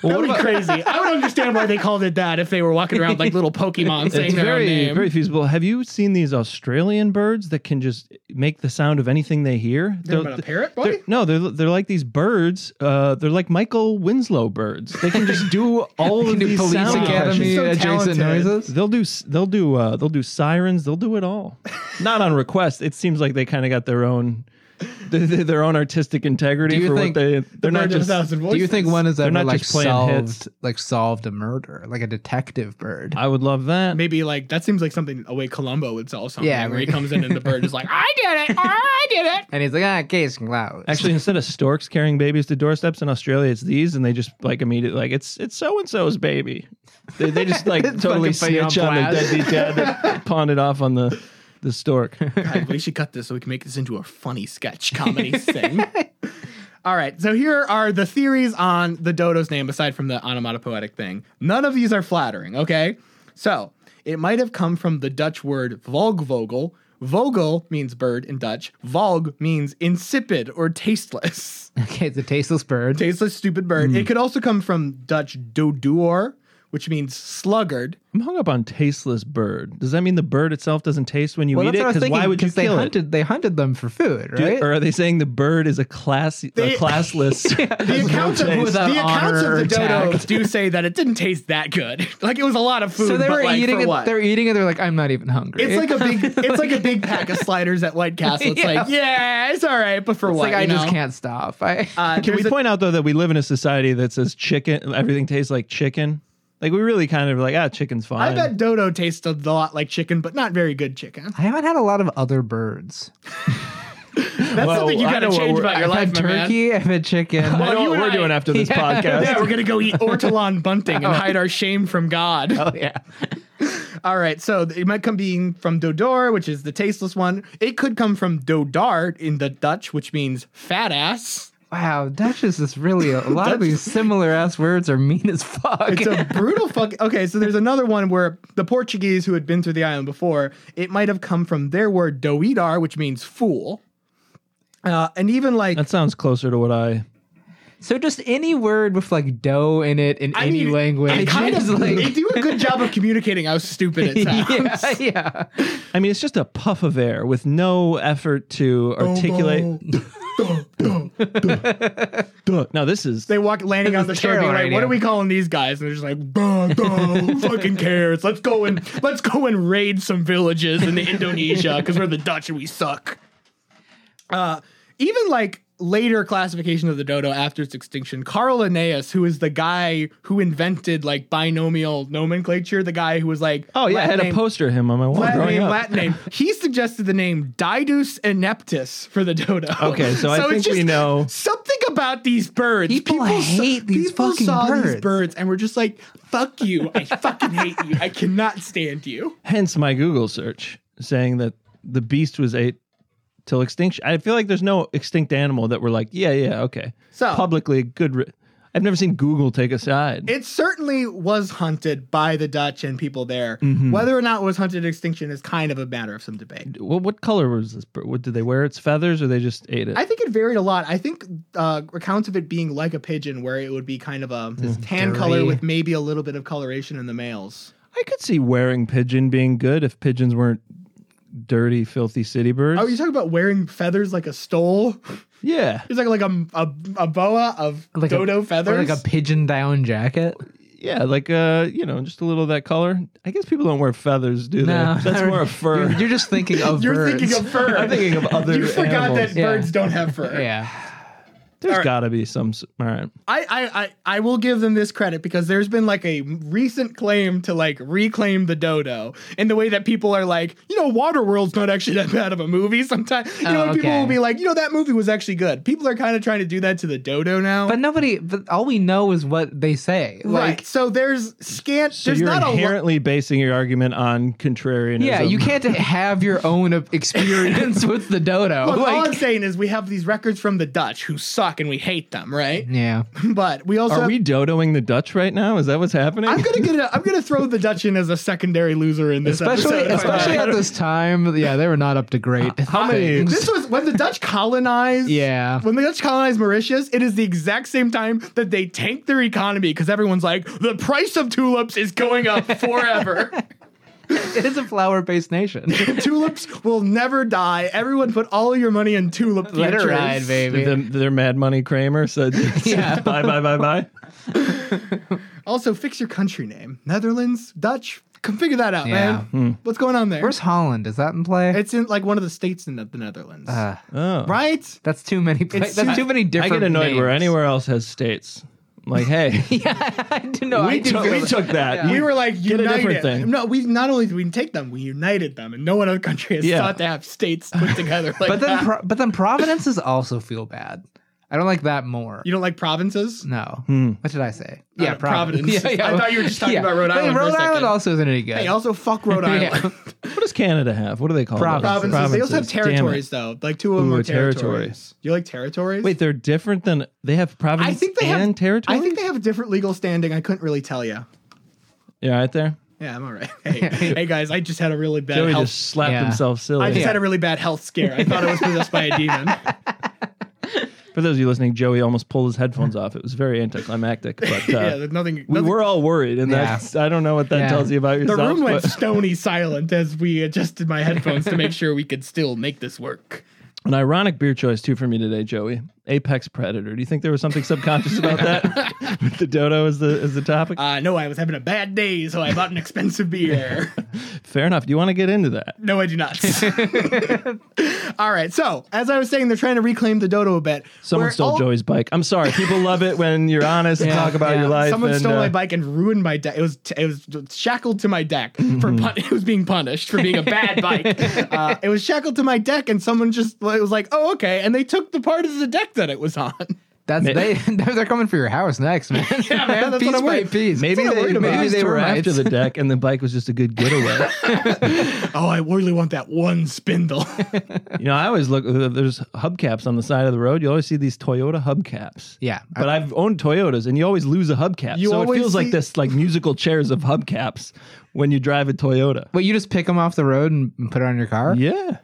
Speaker 3: That would be crazy. I would understand why they called it that if they were walking around like little Pokemon saying
Speaker 1: It's
Speaker 3: their own
Speaker 1: very
Speaker 3: name.
Speaker 1: very feasible. Have you seen these Australian birds that can just make the sound of anything they hear?
Speaker 3: They're about a parrot, boy?
Speaker 1: they're- no, they're they're like these birds. Uh, they're like Michael Winslow birds. They can just do all of
Speaker 2: Can do
Speaker 1: these
Speaker 2: police
Speaker 1: sound impressions.
Speaker 2: academy
Speaker 3: so
Speaker 2: adjacent
Speaker 3: talented.
Speaker 2: noises.
Speaker 1: They'll do s- they'll do uh, they'll do sirens. They'll do it all. Not on request. It seems like they kind of got their own th- th- their own artistic integrity
Speaker 2: Do you
Speaker 1: for
Speaker 2: think-
Speaker 1: what they they're not
Speaker 3: Bird of a
Speaker 1: just
Speaker 3: thousand
Speaker 2: Do you think
Speaker 3: voices.
Speaker 2: one is
Speaker 1: They're
Speaker 2: ever
Speaker 1: not
Speaker 2: like
Speaker 1: just playing
Speaker 2: solved
Speaker 1: hits.
Speaker 2: like solved a murder, like a detective bird?
Speaker 1: I would love that.
Speaker 3: Maybe like that seems like something a way Columbo would solve something.
Speaker 2: Yeah,
Speaker 3: where he
Speaker 2: maybe.
Speaker 3: comes in and the bird is like, I did it, or I did it.
Speaker 2: and he's like, ah, case closed.
Speaker 1: Actually, instead of storks carrying babies to doorsteps in Australia, it's these, and they just like immediately like it's it's so and so's baby. They, they just like totally
Speaker 2: fucking put you on
Speaker 1: snitch on, the
Speaker 2: blast.
Speaker 1: deadbeat dad that pawned it off on the the stork.
Speaker 3: God, we should cut this so we can make this into a funny sketch comedy thing. All right, so here are the theories on the dodo's name aside from the onomatopoetic thing. None of these are flattering, okay? So, it might have come from the Dutch word volgvogel. Vogel means bird in Dutch. Volg means insipid or tasteless.
Speaker 2: okay, it's a tasteless bird.
Speaker 3: tasteless, stupid bird. It could also come from Dutch dodoor, which means sluggard.
Speaker 1: I'm hung up on tasteless bird. Does that mean the bird itself doesn't taste when you eat it? Because why would you
Speaker 2: 'cause they
Speaker 1: kill it?
Speaker 2: hunted, They hunted them for food,
Speaker 1: Do-
Speaker 2: right?
Speaker 1: Or are they saying the bird is a class a
Speaker 3: They-
Speaker 1: classless?
Speaker 3: The accounts, of,
Speaker 2: taste.
Speaker 3: the
Speaker 2: Without
Speaker 3: accounts of
Speaker 2: honor
Speaker 3: the
Speaker 2: or
Speaker 3: dodo
Speaker 2: tact.
Speaker 3: do say that it didn't taste that good. Like it was a lot of food.
Speaker 2: so they
Speaker 3: but,
Speaker 2: were
Speaker 3: like,
Speaker 2: eating
Speaker 3: for
Speaker 2: it.
Speaker 3: what?
Speaker 2: They're eating it. They're like, I'm not even hungry.
Speaker 3: It's like a big. It's like a big pack of sliders at White Castle. It's
Speaker 2: Yeah.
Speaker 3: like yeah, it's all right, but for
Speaker 2: It's
Speaker 3: what?
Speaker 2: like I
Speaker 3: you
Speaker 2: just
Speaker 3: know?
Speaker 2: can't stop. I
Speaker 3: Uh,
Speaker 1: Can we
Speaker 3: there's a-
Speaker 1: point out though that we live in a society that says chicken, everything tastes like chicken. Like we really kind of like ah, chicken's fine.
Speaker 3: I bet dodo tastes a lot like chicken, but not very good chicken.
Speaker 2: I haven't had a lot of other birds.
Speaker 3: That's something you
Speaker 1: I
Speaker 3: gotta
Speaker 1: know what
Speaker 3: change
Speaker 1: we're-
Speaker 3: about your
Speaker 2: I've
Speaker 3: life,
Speaker 2: had
Speaker 3: my man.
Speaker 2: turkey. I've had chicken.
Speaker 1: I
Speaker 3: Well,
Speaker 1: know
Speaker 3: you
Speaker 1: what
Speaker 3: and
Speaker 1: we're
Speaker 3: I-
Speaker 1: doing after this podcast.
Speaker 3: Yeah, we're gonna go eat ortolan bunting and hide our shame from God.
Speaker 2: oh yeah.
Speaker 3: All right, so it might come being from Dodor, which is the tasteless one. It could come from Dodart in the Dutch, which means fat ass.
Speaker 2: Wow, Dutch is just really a, a lot of these similar ass words are mean as fuck.
Speaker 3: It's a brutal fuck. Okay, so there's another one where the Portuguese who had been through the island before, it might have come from their word doidar, which means fool. Uh, and even like
Speaker 1: That sounds closer to what I
Speaker 2: So just any word with like dough in it in
Speaker 3: I
Speaker 2: any
Speaker 3: mean,
Speaker 2: language.
Speaker 3: I kind
Speaker 2: is
Speaker 3: of they do a good job of communicating how stupid it sounds.
Speaker 2: yeah, yeah.
Speaker 1: I mean, it's just a puff of air with no effort to articulate. Duh. No, this is
Speaker 3: They walk landing
Speaker 2: This
Speaker 3: on
Speaker 2: is
Speaker 3: the shore, being
Speaker 2: terrible
Speaker 3: like, "What
Speaker 2: radio.
Speaker 3: are we calling these guys?" And they're just like, "Duh, duh, who fucking cares? Let's go and let's go and raid some villages in Indonesia because we're the Dutch and we suck." Uh, even like later classification of the dodo after its extinction, Carl Linnaeus, who is the guy who invented like binomial nomenclature, the guy who was like,
Speaker 1: Oh yeah, I
Speaker 3: Latin
Speaker 1: had a
Speaker 3: name-
Speaker 1: poster of him on my wall
Speaker 3: Latin
Speaker 1: growing
Speaker 3: name,
Speaker 1: up.
Speaker 3: Latin name. He suggested the name Didus ineptus for the dodo.
Speaker 1: Okay, so I think
Speaker 3: it's
Speaker 1: we know-
Speaker 3: something about these birds.
Speaker 2: People
Speaker 3: sa-
Speaker 2: hate these
Speaker 3: people
Speaker 2: fucking
Speaker 3: saw These
Speaker 2: birds.
Speaker 3: birds, and we're just like, "Fuck you! I fucking hate you! I cannot stand you."
Speaker 1: Hence my Google search saying that the beast was ate till extinction. I feel like there's no extinct animal that we're like, yeah, yeah, okay.
Speaker 3: So-
Speaker 1: publicly good. Re- I've never seen Google take a side.
Speaker 3: It certainly was hunted by the Dutch and people there. Whether or not it was hunted to extinction is kind of a matter of some debate.
Speaker 1: what, what color was this? bird? What did they wear? Its feathers, or they just ate it?
Speaker 3: I think it varied a lot. I think uh, accounts of it being like a pigeon, where it would be kind of a tan color
Speaker 2: dirty.
Speaker 3: with maybe a little bit of coloration in the males.
Speaker 1: I could see wearing pigeon being good if pigeons weren't dirty, filthy city birds.
Speaker 3: Oh, you're talking about wearing feathers like a stole?
Speaker 1: yeah,
Speaker 3: He's like like a, a, a boa of
Speaker 2: Like a-
Speaker 3: dodo
Speaker 2: Or
Speaker 3: feathers.
Speaker 2: like a pigeon down jacket.
Speaker 1: yeah, like uh, you know, just a little of that color. I guess people don't wear feathers, do they?
Speaker 2: No,
Speaker 1: That's more a fur.
Speaker 2: You're, you're just thinking of
Speaker 3: You're
Speaker 2: birds.
Speaker 3: thinking of fur.
Speaker 1: I'm thinking of other.
Speaker 3: you forgot
Speaker 1: animals.
Speaker 3: that
Speaker 2: Yeah.
Speaker 3: birds don't have fur.
Speaker 2: yeah.
Speaker 1: There's
Speaker 3: Alright.
Speaker 1: got to be some. s- All right.
Speaker 3: I, I, I, I will give them this credit because there's been like a recent claim to like reclaim the dodo in the way that people are like, you know, Waterworld's not actually that bad of a movie sometimes. You know,
Speaker 2: Oh,
Speaker 3: and people
Speaker 2: okay.
Speaker 3: will be like, you know, that movie was actually good. People are kind of trying to do that to the dodo now.
Speaker 2: But nobody. But all we know is what they say.
Speaker 3: right.
Speaker 2: Like,
Speaker 3: so there's scant,
Speaker 1: So
Speaker 3: there's
Speaker 1: you're
Speaker 3: not a lot.
Speaker 1: inherently basing your argument on contrarianism.
Speaker 2: yeah, you can't have your own of- experience with the dodo.
Speaker 3: Look, all I'm
Speaker 2: like,
Speaker 3: saying is we have these records from the Dutch who suck and we hate them, right?
Speaker 2: yeah.
Speaker 3: But we also
Speaker 1: Are
Speaker 3: have-
Speaker 1: we dodoing the Dutch right now? Is that what's happening?
Speaker 3: I'm gonna get a, I'm gonna throw the Dutch in as a secondary loser in this
Speaker 2: Especially,
Speaker 3: episode.
Speaker 2: especially at this time. Yeah, they were not up to great. How
Speaker 1: many-
Speaker 3: this was when the Dutch colonized.
Speaker 2: Yeah.
Speaker 3: When the Dutch colonized Mauritius, it is the exact same time that they tanked their economy because everyone's like, the price of tulips is going up forever.
Speaker 2: It is a flower-based nation.
Speaker 3: tulips will never die. Everyone put all your money in tulip
Speaker 2: Let
Speaker 3: futures.
Speaker 2: it ride, baby.
Speaker 1: The, their Mad Money Kramer said,
Speaker 2: Yeah.
Speaker 1: bye, bye, bye, bye.
Speaker 3: Also, fix your country name. Netherlands, Dutch. Come figure that out,
Speaker 2: Yeah.
Speaker 3: man.
Speaker 1: hmm.
Speaker 3: What's going on there?
Speaker 2: Where's Holland? Is that in play?
Speaker 3: it's in like one of the states in the the Netherlands.
Speaker 2: Uh,
Speaker 1: Oh.
Speaker 3: right?
Speaker 2: that's too many. Pla-
Speaker 3: It's
Speaker 2: that's too,
Speaker 3: too-
Speaker 2: many
Speaker 1: I
Speaker 2: different.
Speaker 1: get annoyed where
Speaker 2: names.
Speaker 1: anywhere else has states. I'm like, hey,
Speaker 2: Yeah, I do know. I
Speaker 1: we,
Speaker 2: do
Speaker 1: took,
Speaker 2: feel
Speaker 1: we
Speaker 2: that.
Speaker 1: took that.
Speaker 3: we were like
Speaker 1: a
Speaker 3: united.
Speaker 1: different thing.
Speaker 3: No, we not only did we take them, we united them, and no one other country has
Speaker 1: Yeah.
Speaker 3: thought to have states put together. Like
Speaker 2: But then,
Speaker 3: that.
Speaker 2: Pro- but then providences also feel bad. I don't like that more.
Speaker 3: you don't like provinces.
Speaker 2: No.
Speaker 1: Hmm.
Speaker 2: What did I say?
Speaker 3: I
Speaker 2: Yeah,
Speaker 3: don't- Providence.
Speaker 2: Yeah, yeah.
Speaker 3: I thought you were just talking about Rhode
Speaker 2: Hey,
Speaker 3: Island for a
Speaker 2: Rhode Island
Speaker 3: second.
Speaker 2: also isn't any good.
Speaker 3: They also fuck Rhode
Speaker 2: Yeah.
Speaker 3: Island.
Speaker 1: What does Canada have? What do they call
Speaker 2: Provinces.
Speaker 1: it?
Speaker 3: provinces. They also have
Speaker 1: Provinces. Damn it.
Speaker 3: territories, though. Like two of them
Speaker 1: Ooh,
Speaker 3: are
Speaker 1: a territory.
Speaker 3: territories. You like territories?
Speaker 1: Wait, they're different than they have province
Speaker 3: I think they
Speaker 1: and
Speaker 3: have
Speaker 1: territory.
Speaker 3: I think they have a different legal standing. I couldn't really tell you.
Speaker 1: yeah, right there.
Speaker 3: Yeah, I'm all right. Hey, hey guys, I just had a really bad
Speaker 1: Joey
Speaker 3: health.
Speaker 1: just slapped
Speaker 2: Yeah.
Speaker 1: himself
Speaker 3: I
Speaker 1: silly.
Speaker 3: just had a really bad health scare. I thought I was possessed by a demon.
Speaker 1: Uh, For those of you listening, Joey almost pulled his headphones off. It was very anticlimactic, but uh,
Speaker 3: yeah, there's nothing.
Speaker 1: we
Speaker 3: nothing
Speaker 1: were all worried, and that's I don't know what that
Speaker 2: Yeah.
Speaker 1: tells you about
Speaker 3: The
Speaker 1: yourself.
Speaker 3: room went
Speaker 1: but-
Speaker 3: stony silent as we adjusted my headphones to make sure we could still make this work.
Speaker 1: An ironic beer choice too for me today, Joey. Apex Predator. Do you think there was something subconscious about that? With the dodo as the as the topic.
Speaker 3: Uh, no, I was having a bad day, so I bought an expensive beer.
Speaker 1: Fair enough. Do you want to get into that?
Speaker 3: no, I do not. All right, so as I was saying, they're trying to reclaim the dodo a bit.
Speaker 1: Someone
Speaker 3: We're
Speaker 1: stole
Speaker 3: all-
Speaker 1: Joey's bike. I'm sorry. People love it when you're honest and talk about
Speaker 2: yeah.
Speaker 1: your life.
Speaker 3: Someone
Speaker 1: and,
Speaker 3: stole my
Speaker 1: uh,
Speaker 3: bike and ruined my deck. It was it was shackled to my deck for pun- it was being punished for being a bad bike. Uh, it was shackled to my deck, and someone just it was like, "Oh, okay," and they took the part of the deck that it was on.
Speaker 2: That's they. They're coming for your house next, man.
Speaker 3: Yeah, man, that's
Speaker 2: piece
Speaker 3: what I'm
Speaker 2: by
Speaker 3: worried-
Speaker 2: piece.
Speaker 1: Maybe
Speaker 3: I'm
Speaker 1: they,
Speaker 3: worried about.
Speaker 1: maybe
Speaker 2: These
Speaker 1: they were
Speaker 2: termites.
Speaker 1: after the deck, and the bike was just a good getaway.
Speaker 3: Oh, I really want that one spindle.
Speaker 1: you know, I always look. uh, There's hubcaps on the side of the road. You always see these Toyota hubcaps.
Speaker 2: Yeah,
Speaker 1: But I've owned Toyotas, and you always lose a hubcap.
Speaker 3: You
Speaker 1: so it
Speaker 3: always
Speaker 1: feels like
Speaker 3: see-
Speaker 1: this, like musical chairs of hubcaps when you drive a Toyota.
Speaker 2: Wait, you just pick them off the road and and put it on your car?
Speaker 1: Yeah.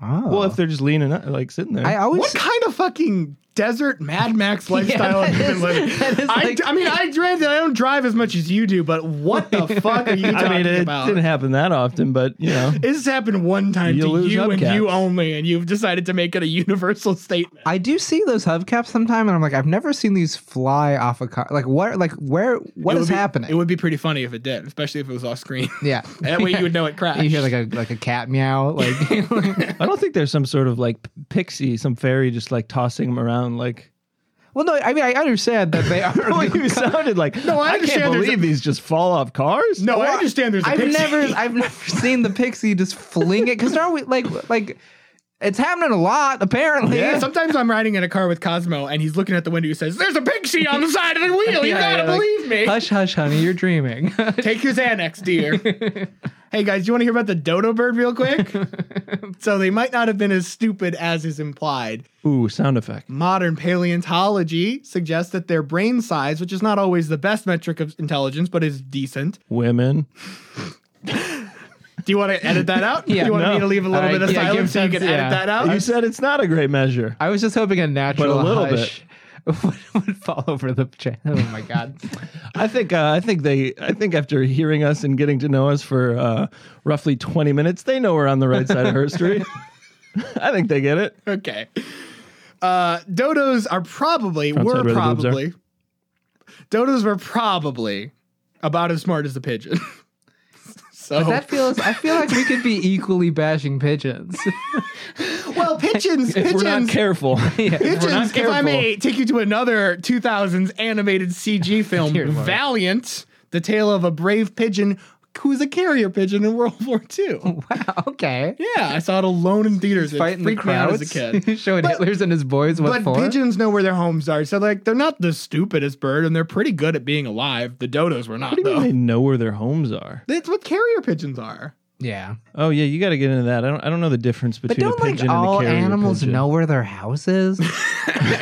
Speaker 2: Oh.
Speaker 1: Well, if they're just leaning, up, like sitting there.
Speaker 2: I
Speaker 3: what
Speaker 2: always
Speaker 3: kind of fucking desert Mad Max lifestyle I've been living.
Speaker 2: that is
Speaker 3: I,
Speaker 2: like-
Speaker 3: I mean, I dread that I don't drive as much as you do, but what the fuck are you talking
Speaker 1: I mean, it
Speaker 3: about?
Speaker 1: didn't happen that often, but you know,
Speaker 3: This has happened one time
Speaker 1: You
Speaker 3: to
Speaker 1: lose
Speaker 3: you and you
Speaker 1: hubcaps.
Speaker 3: only, and you've decided to make it a universal statement.
Speaker 2: I do see those hubcaps sometime, and I'm like, I've never seen these fly off a car. Like what? Like where? What
Speaker 3: It would
Speaker 2: is
Speaker 3: be-
Speaker 2: happening?
Speaker 3: It would be pretty funny if it did, especially if it was off screen.
Speaker 2: yeah.
Speaker 3: that way you would know it crashed.
Speaker 2: You hear like a like a cat meow. Like
Speaker 1: I don't think there's some sort of like pixie, some fairy just like tossing them around. Like,
Speaker 2: well, no, I mean I understand that they
Speaker 1: well,
Speaker 2: are.
Speaker 1: you sounded like no,
Speaker 3: I
Speaker 1: I,
Speaker 3: understand
Speaker 1: can't
Speaker 3: there's
Speaker 1: believe these just fall off cars.
Speaker 3: no, I
Speaker 2: Well,
Speaker 3: understand there's a
Speaker 2: I've
Speaker 3: pixie.
Speaker 2: never I've never seen the pixie just fling it because now we like like it's happening a lot apparently.
Speaker 3: Yeah, sometimes I'm riding in a car with Cosmo and he's looking at the window. He says, "There's a pixie on the side of the wheel. You
Speaker 2: Yeah,
Speaker 3: gotta
Speaker 2: yeah, like,
Speaker 3: believe me."
Speaker 2: Hush, hush, honey, you're dreaming.
Speaker 3: Take your Xanax, dear. hey guys, you want to hear about the dodo bird real quick? so they might not have been as stupid as is implied.
Speaker 1: Ooh, sound effect.
Speaker 3: Modern paleontology suggests that their brain size, which is not always the best metric of intelligence, but is decent.
Speaker 1: Women.
Speaker 3: Do you want to edit that out?
Speaker 2: Yeah,
Speaker 3: Do you want
Speaker 1: no.
Speaker 3: me to leave a little
Speaker 2: All
Speaker 3: bit
Speaker 2: right,
Speaker 3: of
Speaker 2: yeah, give
Speaker 3: silence so you
Speaker 2: sense,
Speaker 3: can edit
Speaker 2: yeah.
Speaker 3: that out?
Speaker 1: You said it's not a great measure.
Speaker 2: I was just hoping a natural
Speaker 1: little
Speaker 2: hush Would, would fall over the channel. Oh my god.
Speaker 1: I think uh, I think they I think after hearing us and getting to know us for uh, roughly 20 minutes, they know we're on the right side of her street. I think they get it.
Speaker 3: okay. Uh, dodos are probably
Speaker 1: Front
Speaker 3: were
Speaker 1: side where the boobs are.
Speaker 3: probably dodos were probably about as smart as the pigeon. so
Speaker 2: But that feels. I feel like we could be equally bashing pigeons.
Speaker 3: well, pigeons,
Speaker 1: If
Speaker 3: pigeons.
Speaker 1: we're not careful.
Speaker 3: Pigeons, if I may take you to another 2000s animated CG film,
Speaker 2: Dear Lord.
Speaker 3: Valiant, the tale of a brave pigeon who was a carrier pigeon in World War II.
Speaker 2: wow. Okay.
Speaker 3: Yeah, I saw it alone in theaters. It
Speaker 2: Fighting the
Speaker 3: freaked me out
Speaker 2: crowds.
Speaker 3: as a kid.
Speaker 2: Showing
Speaker 3: But-
Speaker 2: Hitler's and his boys what
Speaker 3: but
Speaker 2: for.
Speaker 3: pigeons know where their homes are, so like they're not the stupidest bird, and they're pretty good at being alive. The dodos were not
Speaker 1: What do you mean
Speaker 3: though.
Speaker 1: they know where their homes are?
Speaker 3: That's what carrier pigeons are.
Speaker 2: yeah.
Speaker 1: Oh yeah, you got to get into that. I don't I don't know the difference
Speaker 2: But
Speaker 1: between
Speaker 2: don't
Speaker 1: a
Speaker 2: like
Speaker 1: pigeon
Speaker 2: all
Speaker 1: and a carrier
Speaker 2: animals
Speaker 1: pigeon.
Speaker 2: know where their house is?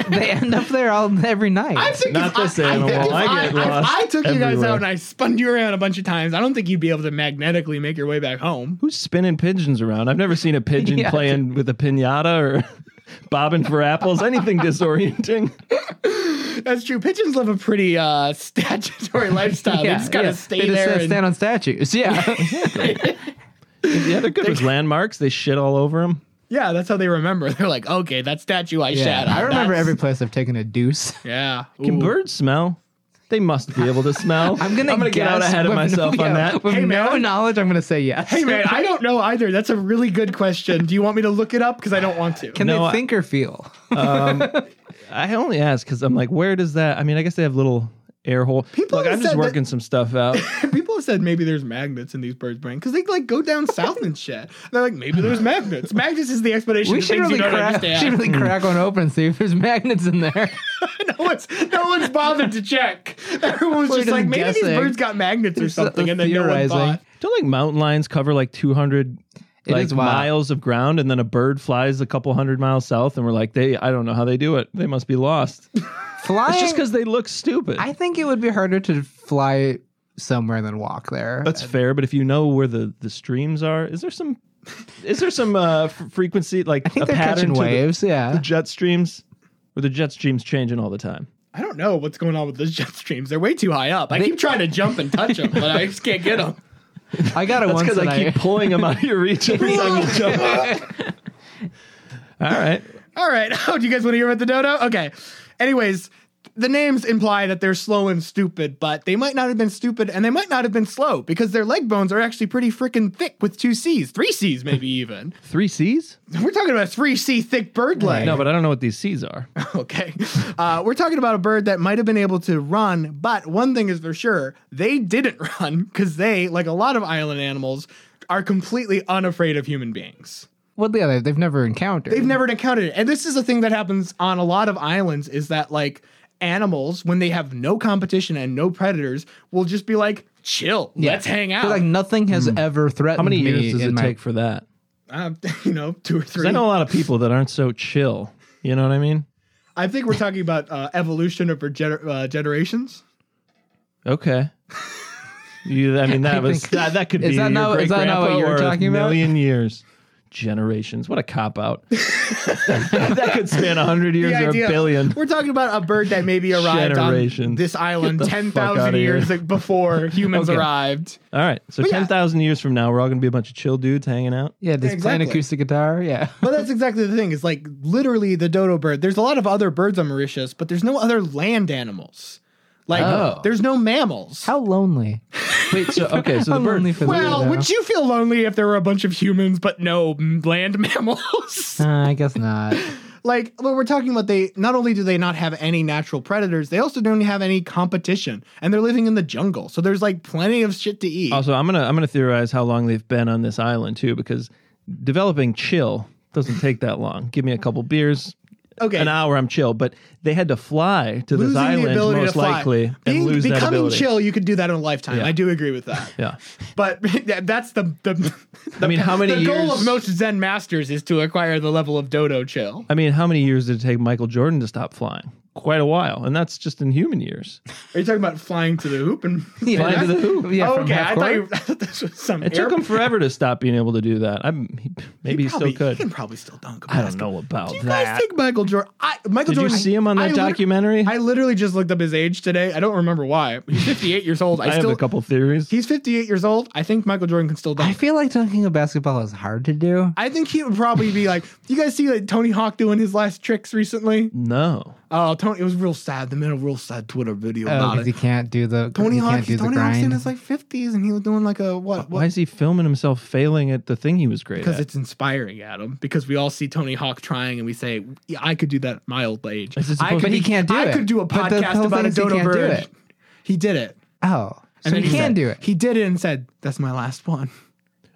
Speaker 2: they end up there all every night.
Speaker 3: I think
Speaker 1: Not
Speaker 3: if I-
Speaker 1: this
Speaker 3: I,
Speaker 1: animal.
Speaker 3: think if
Speaker 1: I get
Speaker 3: if
Speaker 1: lost
Speaker 3: I took you guys
Speaker 1: everywhere.
Speaker 3: out and I spun you around a bunch of times. I don't think you'd be able to magnetically make your way back home.
Speaker 1: Who's spinning pigeons around? I've never seen a pigeon
Speaker 2: Yeah.
Speaker 1: playing with a pinata or bobbing for apples. Anything disorienting.
Speaker 3: That's true. Pigeons live a pretty uh, statutory lifestyle. they just gotta stay
Speaker 2: They just
Speaker 3: there.
Speaker 2: stand-
Speaker 3: and-
Speaker 2: stand on statues. Yeah.
Speaker 1: Yeah, they're good with landmarks. They shit all over them.
Speaker 3: yeah, that's how they remember. They're like, okay, that statue I
Speaker 2: yeah.
Speaker 3: shat. on,
Speaker 2: I remember
Speaker 3: that's-
Speaker 2: every place I've taken a deuce.
Speaker 3: Yeah.
Speaker 1: Can
Speaker 3: Ooh.
Speaker 1: birds smell? They must be able to smell.
Speaker 2: I'm gonna,
Speaker 1: get out
Speaker 2: guess
Speaker 1: ahead of
Speaker 2: with no-
Speaker 1: myself on
Speaker 2: yeah,
Speaker 1: that.
Speaker 2: With
Speaker 3: Hey,
Speaker 2: no
Speaker 3: man.
Speaker 2: knowledge, I'm gonna say yes.
Speaker 3: Hey man, I don't know either. That's a really good question. Do you want me to look it up? Because I don't want to.
Speaker 2: Can
Speaker 1: No,
Speaker 2: they
Speaker 1: I-
Speaker 2: think or feel?
Speaker 1: Um, I only ask because I'm like, where does that? I mean, I guess they have little air hole.
Speaker 3: People
Speaker 1: Look,
Speaker 3: have
Speaker 1: I'm
Speaker 3: said
Speaker 1: just
Speaker 3: that-
Speaker 1: working some stuff out.
Speaker 3: People have said maybe there's magnets in these birds' brains because they like go down south and shit. They're like maybe there's magnets. Magnets is the explanation.
Speaker 2: We
Speaker 3: of
Speaker 2: should
Speaker 3: things
Speaker 2: really,
Speaker 3: you don't
Speaker 2: crack,
Speaker 3: understand.
Speaker 2: should really crack one open and see if there's magnets in there.
Speaker 3: no one's no one's bothered to check. Everyone's
Speaker 2: We're
Speaker 3: just like
Speaker 2: just
Speaker 3: maybe these
Speaker 2: guessing.
Speaker 3: birds got magnets or
Speaker 2: There's so-
Speaker 3: something, and then no one thought.
Speaker 1: Don't like mountain lions cover like 200
Speaker 2: It
Speaker 1: like
Speaker 2: is wild.
Speaker 1: miles of ground, and then a bird flies a couple hundred miles south, and we're like, they, I don't know how they do it. They must be lost.
Speaker 2: Flying.
Speaker 1: It's just because they look stupid.
Speaker 2: I think it would be harder to fly somewhere than walk there.
Speaker 1: That's fair, but if you know where the the streams are, is there some is there some uh, f- frequency like
Speaker 2: I think
Speaker 1: a
Speaker 2: they're
Speaker 1: pattern
Speaker 2: catching
Speaker 1: to the-
Speaker 2: waves. yeah.
Speaker 1: the jet streams? Or the jet streams changing all the time.
Speaker 3: I don't know what's going on with those jet streams. They're way too high up. I keep trying to jump and touch them, but I just can't get them.
Speaker 2: I got it
Speaker 1: That's
Speaker 2: once.
Speaker 1: because
Speaker 2: that
Speaker 1: I keep pulling them out of your reach every time you jump. all right.
Speaker 3: All right. Oh, do you guys want to hear about the dodo? Okay. Anyways, the names imply that they're slow and stupid, but they might not have been stupid and they might not have been slow because their leg bones are actually pretty freaking thick with two C's, three C's maybe even.
Speaker 1: Three C's?
Speaker 3: We're talking about a three C thick bird leg.
Speaker 1: No, but I don't know what these C's are.
Speaker 3: Okay. Uh, we're talking about a bird that might have been able to run, but one thing is for sure, they didn't run because they, like a lot of island animals, are completely unafraid of human beings.
Speaker 2: Well, the other they've never encountered.
Speaker 3: They've never encountered it. And this is a thing that happens on a lot of islands is that like animals, when they have no competition and no predators, will just be like, chill, let's hang out.
Speaker 2: They're like nothing has ever threatened.
Speaker 1: Hmm. How many
Speaker 2: me
Speaker 1: years does
Speaker 2: in
Speaker 1: it
Speaker 2: my-
Speaker 1: take for that?
Speaker 3: Uh, you know, two or
Speaker 1: 'Cause
Speaker 3: three.
Speaker 1: I know a lot of people that aren't so chill. You know what I mean?
Speaker 3: I think we're talking about uh, evolution over gener- uh, generations.
Speaker 1: Okay. You, I mean, that was
Speaker 2: think-
Speaker 1: that, that could
Speaker 2: Is
Speaker 1: be
Speaker 2: that
Speaker 1: your
Speaker 2: not- is that not what
Speaker 1: great-grandpa
Speaker 2: you were
Speaker 1: or a
Speaker 2: talking about?
Speaker 1: Million years. generations. What a cop out. that could span a hundred years
Speaker 3: The
Speaker 1: or a
Speaker 3: idea-
Speaker 1: billion.
Speaker 3: We're talking about a bird that maybe arrived on
Speaker 1: Generations.
Speaker 3: this island
Speaker 1: Get the
Speaker 3: ten
Speaker 1: fuck
Speaker 3: thousand
Speaker 1: outta here.
Speaker 3: years before humans
Speaker 1: Okay.
Speaker 3: arrived.
Speaker 1: All right. So
Speaker 3: yeah.
Speaker 1: ten thousand years from now, we're all gonna be a bunch of chill dudes hanging out.
Speaker 2: Yeah, just playing
Speaker 3: Exactly.
Speaker 2: acoustic guitar. Yeah.
Speaker 3: But that's exactly the thing. Is like literally the dodo bird. There's a lot of other birds on Mauritius, but there's no other land animals. Like
Speaker 2: Oh.
Speaker 3: there's no mammals.
Speaker 2: How lonely.
Speaker 1: Wait, so okay, so the
Speaker 2: I'm
Speaker 1: bird
Speaker 2: lonely for
Speaker 3: well,
Speaker 2: that.
Speaker 3: would you feel lonely if there were a bunch of humans but no mm, land mammals?
Speaker 2: Uh, I guess not.
Speaker 3: like well, we're talking about they not only do they not have any natural predators, they also don't have any competition, and they're living in the jungle. So there's like plenty of shit to eat.
Speaker 1: Also, I'm gonna I'm gonna theorize how long they've been on this island too, because developing chill doesn't take that long. Give me a couple beers,
Speaker 3: okay,
Speaker 1: an hour, I'm chill. But they had to fly to this
Speaker 3: losing the
Speaker 1: island
Speaker 3: ability
Speaker 1: most
Speaker 3: to fly.
Speaker 1: likely
Speaker 3: Being,
Speaker 1: and lose that
Speaker 3: becoming
Speaker 1: ability.
Speaker 3: chill, you could do that in a lifetime.
Speaker 1: Yeah.
Speaker 3: I do agree with that.
Speaker 1: Yeah,
Speaker 3: But that's the the. the
Speaker 1: I mean, how many
Speaker 3: the goal
Speaker 1: years-
Speaker 3: of most Zen masters is to acquire the level of dodo chill.
Speaker 1: I mean, how many years did it take Michael Jordan to stop flying? Quite a while, and that's just in human years.
Speaker 3: Are you talking about flying to the hoop and
Speaker 1: Flying to the hoop.
Speaker 2: Yeah, from
Speaker 3: okay,
Speaker 2: half
Speaker 3: I thought,
Speaker 2: court.
Speaker 3: you, I thought this was some.
Speaker 1: It
Speaker 3: air-
Speaker 1: took him forever to stop being able to do that. I'm he, maybe he,
Speaker 3: probably-
Speaker 1: still
Speaker 3: He can
Speaker 1: could.
Speaker 3: probably still dunk. a
Speaker 1: I don't
Speaker 3: basketball.
Speaker 1: know about
Speaker 3: Do you guys
Speaker 1: that.
Speaker 3: think Michael Jordan? I, Michael
Speaker 1: Did you
Speaker 3: Jordan.
Speaker 1: see him on
Speaker 3: I
Speaker 1: that
Speaker 3: lit-
Speaker 1: documentary?
Speaker 3: I literally just looked up his age today. I don't remember why. He's 58 years old. I,
Speaker 1: I have
Speaker 3: still.
Speaker 1: a couple theories.
Speaker 3: He's 58 years old. I think Michael Jordan can still
Speaker 2: I
Speaker 3: dunk.
Speaker 2: feel like dunking a basketball is hard to do.
Speaker 3: I think he would probably be like, you guys see like Tony Hawk doing his last tricks recently?
Speaker 1: no,
Speaker 3: Oh, Tony, it was real sad. The made a real sad Twitter video
Speaker 2: Oh,
Speaker 3: about
Speaker 2: because you
Speaker 3: it.
Speaker 2: can't do the
Speaker 3: Tony
Speaker 2: you
Speaker 3: Hawk,
Speaker 2: can't do
Speaker 3: he's
Speaker 2: the
Speaker 3: Tony Hawk's in
Speaker 2: grind.
Speaker 3: his like 50s, and he was doing like a what?
Speaker 1: why
Speaker 3: what?
Speaker 1: is he filming himself failing at the thing he was great
Speaker 3: Because
Speaker 1: at?
Speaker 3: it's inspiring, Adam. Because we all see Tony Hawk trying, and we say, yeah, "I could do that at my old age."
Speaker 1: Is it
Speaker 3: I
Speaker 1: supposed-
Speaker 3: could
Speaker 1: But
Speaker 2: he
Speaker 3: be-
Speaker 2: can't do
Speaker 3: I
Speaker 2: it.
Speaker 3: could do a
Speaker 2: But the
Speaker 3: podcast
Speaker 2: whole
Speaker 3: about
Speaker 2: thing
Speaker 3: a
Speaker 2: is he
Speaker 3: dodo
Speaker 2: can't do
Speaker 3: bird.
Speaker 2: it.
Speaker 3: He did it.
Speaker 2: oh, so you
Speaker 3: he
Speaker 2: can
Speaker 3: said-
Speaker 2: do it.
Speaker 3: He did it and said, "That's my last one."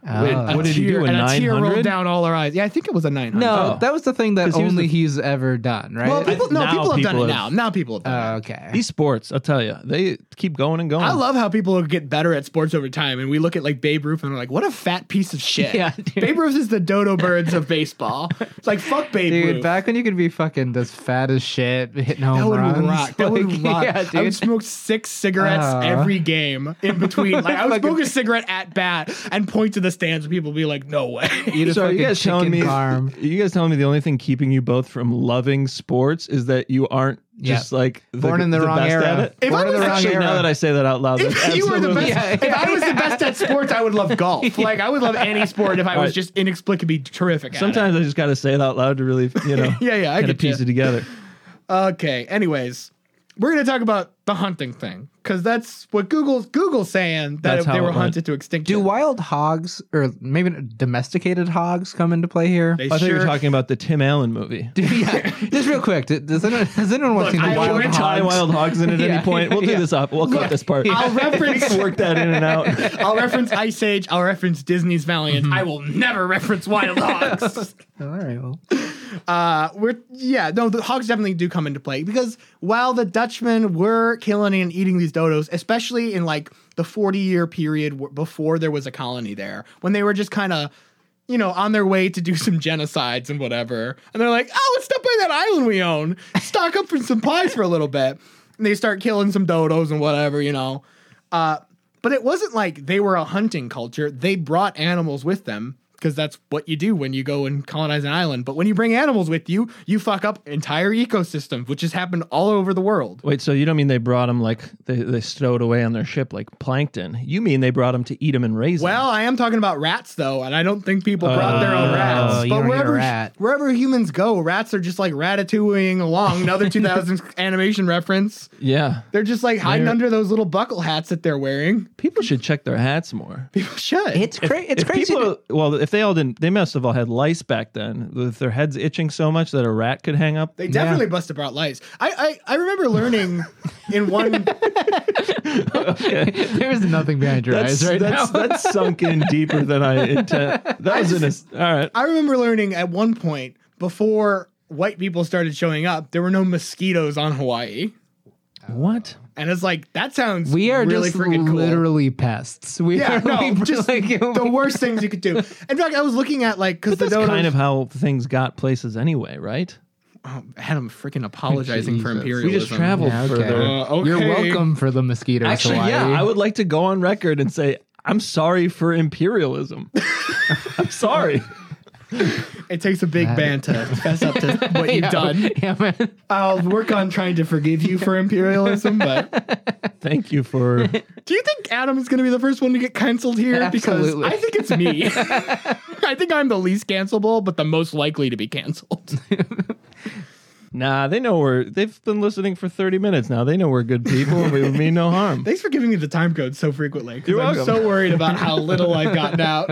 Speaker 2: Oh.
Speaker 3: a
Speaker 1: what did he do,
Speaker 3: tear-
Speaker 1: a
Speaker 3: and a tear
Speaker 1: 900?
Speaker 3: rolled down all our eyes. Yeah, I think it was a nine hundred.
Speaker 2: No,
Speaker 1: Oh.
Speaker 2: that was the thing that
Speaker 1: 'Cause he was
Speaker 2: only
Speaker 1: the-
Speaker 2: he's ever done, right?
Speaker 3: well, people, no,
Speaker 1: now
Speaker 3: people have done
Speaker 1: people
Speaker 3: it now.
Speaker 1: have-
Speaker 3: Now people have
Speaker 2: Oh,
Speaker 3: done it.
Speaker 2: okay.
Speaker 1: These sports, I'll tell you, they keep going and going.
Speaker 3: I love how people get better at sports over time, and we look at like Babe Ruth and we're like, "What a fat piece of shit."
Speaker 2: Yeah, dude.
Speaker 3: Babe Ruth is the dodo birds of baseball. It's like fuck Babe
Speaker 2: Dude,
Speaker 3: Ruth.
Speaker 2: back when you could be fucking this fat as shit, hitting home
Speaker 3: that would
Speaker 2: runs.
Speaker 3: rock. That
Speaker 2: Like,
Speaker 3: would rock.
Speaker 2: Yeah,
Speaker 3: I
Speaker 2: dude.
Speaker 3: would smoke six cigarettes
Speaker 2: Uh.
Speaker 3: every game in between. Like I would
Speaker 2: Fucking-
Speaker 3: smoke a cigarette at bat and point to the stands, and people would be like, "No way."
Speaker 2: Eat a
Speaker 1: So are you
Speaker 2: fucking
Speaker 1: guys telling
Speaker 2: chicken
Speaker 1: me?
Speaker 2: farm.
Speaker 1: Are you guys telling me the only thing keeping you both from loving sports is that you aren't
Speaker 2: Yeah.
Speaker 1: just like the,
Speaker 2: Born in the, wrong
Speaker 1: best
Speaker 2: era.
Speaker 1: at it?
Speaker 3: If
Speaker 2: Born
Speaker 3: I
Speaker 2: in the
Speaker 3: was
Speaker 2: wrong
Speaker 1: Actually,
Speaker 2: era.
Speaker 1: now that I say that out loud, that's
Speaker 3: If you were the
Speaker 1: absolutely-
Speaker 3: best,
Speaker 2: Yeah,
Speaker 3: if I was the best at sports, I would love golf. Like I would love any sport if I was
Speaker 1: Alright.
Speaker 3: just inexplicably terrific. At
Speaker 1: Sometimes I just got to say it out loud to really, you know,
Speaker 3: it. yeah, yeah, I
Speaker 1: kind of
Speaker 3: get
Speaker 1: piece
Speaker 3: you.
Speaker 1: it together.
Speaker 3: Okay. Anyways, we're gonna talk about the hunting thing because that's what Google's Google's saying that
Speaker 1: That's
Speaker 3: if they
Speaker 1: how
Speaker 3: were
Speaker 1: it went.
Speaker 3: hunted to extinction.
Speaker 2: Do wild hogs or maybe domesticated hogs come into play here?
Speaker 3: They
Speaker 1: I thought you were
Speaker 3: sure-
Speaker 1: talking about the Tim Allen movie.
Speaker 2: Dude, yeah. Just real quick, d- does anyone, has anyone watched
Speaker 3: Look,
Speaker 2: the
Speaker 3: I
Speaker 2: wild
Speaker 3: went to-
Speaker 2: hogs?
Speaker 1: Tie wild hogs in at
Speaker 2: Yeah,
Speaker 1: any point. We'll do
Speaker 2: yeah.
Speaker 1: this up. We'll cut this part.
Speaker 3: I'll reference.
Speaker 1: Work that in and out.
Speaker 3: I'll reference Ice Age. I'll reference Disney's Valiant. I will never reference Wild Hogs.
Speaker 2: All right, well,
Speaker 3: Uh, we're yeah, no, the hogs definitely do come into play because while the Dutchmen were killing and eating these dodos, especially in like the 40 year period w- before there was a colony there, when they were just kind of, you know, on their way to do some genocides and whatever, and they're like, oh, let's stop by that island we own, stock up for some pies for a little bit, and they start killing some dodos and whatever, you know. Uh, but it wasn't like they were a hunting culture. They brought animals with them because that's what you do when you go and colonize an island. But when you bring animals with you, you fuck up entire ecosystems, which has happened all over the world.
Speaker 1: Wait, so you don't mean they brought them like they, they stowed away on their ship like plankton? You mean they brought them to eat them and raise them?
Speaker 3: Well, I am talking about rats though, and I don't think people brought their own
Speaker 2: Oh,
Speaker 3: rats.
Speaker 2: you don't
Speaker 3: but
Speaker 2: need a
Speaker 3: wherever
Speaker 2: rat.
Speaker 3: wherever humans go, rats are just like ratatouilleing along. Another 2000s animation reference.
Speaker 1: yeah.
Speaker 3: They're just like hiding
Speaker 1: They're-
Speaker 3: under those little buckle hats that they're wearing.
Speaker 1: People should check their hats more.
Speaker 3: People should.
Speaker 2: it's cra- it's
Speaker 1: If
Speaker 2: crazy.
Speaker 1: people-
Speaker 2: to-
Speaker 1: well, if they all didn't, they must have all had lice back then. With their heads itching so much that a rat could hang up.
Speaker 3: They definitely busted brought lights. I, I I remember learning in one
Speaker 2: there is nothing behind your
Speaker 1: That's,
Speaker 2: eyes right
Speaker 1: that's,
Speaker 2: now.
Speaker 1: that's sunk in deeper than I intend. That was in a, all right.
Speaker 3: I remember learning at one point before white people started showing up, there were no mosquitoes on Hawaii.
Speaker 1: What?
Speaker 3: And it's like that sounds
Speaker 2: we are
Speaker 3: really
Speaker 2: just
Speaker 3: freaking cool.
Speaker 2: literally pests. We
Speaker 3: Yeah,
Speaker 2: are
Speaker 3: no,
Speaker 2: we-
Speaker 3: just
Speaker 2: like,
Speaker 3: the worst things you could do. In fact, I was looking at like because the
Speaker 1: That's
Speaker 3: dodos.
Speaker 1: kind of how things got places anyway, right?
Speaker 3: oh, Adam freaking apologizing for
Speaker 2: Jesus. We
Speaker 3: imperialism.
Speaker 1: We just traveled
Speaker 2: Yeah, okay.
Speaker 1: further.
Speaker 3: Uh, okay.
Speaker 2: You're welcome for the mosquitoes.
Speaker 1: Actually,
Speaker 2: Hawaii.
Speaker 1: yeah, I would like to go on record and say I'm sorry for imperialism. I'm sorry.
Speaker 3: It takes a big band to fess up to what you've done.
Speaker 2: Yeah, man.
Speaker 3: I'll work on trying to forgive you for imperialism, but
Speaker 1: Thank you for.
Speaker 3: do you think Adam is going to be the first one to get canceled here?
Speaker 2: Absolutely.
Speaker 3: Because I think it's me. I think I'm the least cancelable, but the most likely to be canceled.
Speaker 1: Nah, they know we're. They've been listening for 30 minutes now. They know we're good people and we mean no harm.
Speaker 3: Thanks for giving me the time code so frequently.
Speaker 1: You're
Speaker 3: Because I'm
Speaker 1: welcome.
Speaker 3: so worried about how little I've gotten out.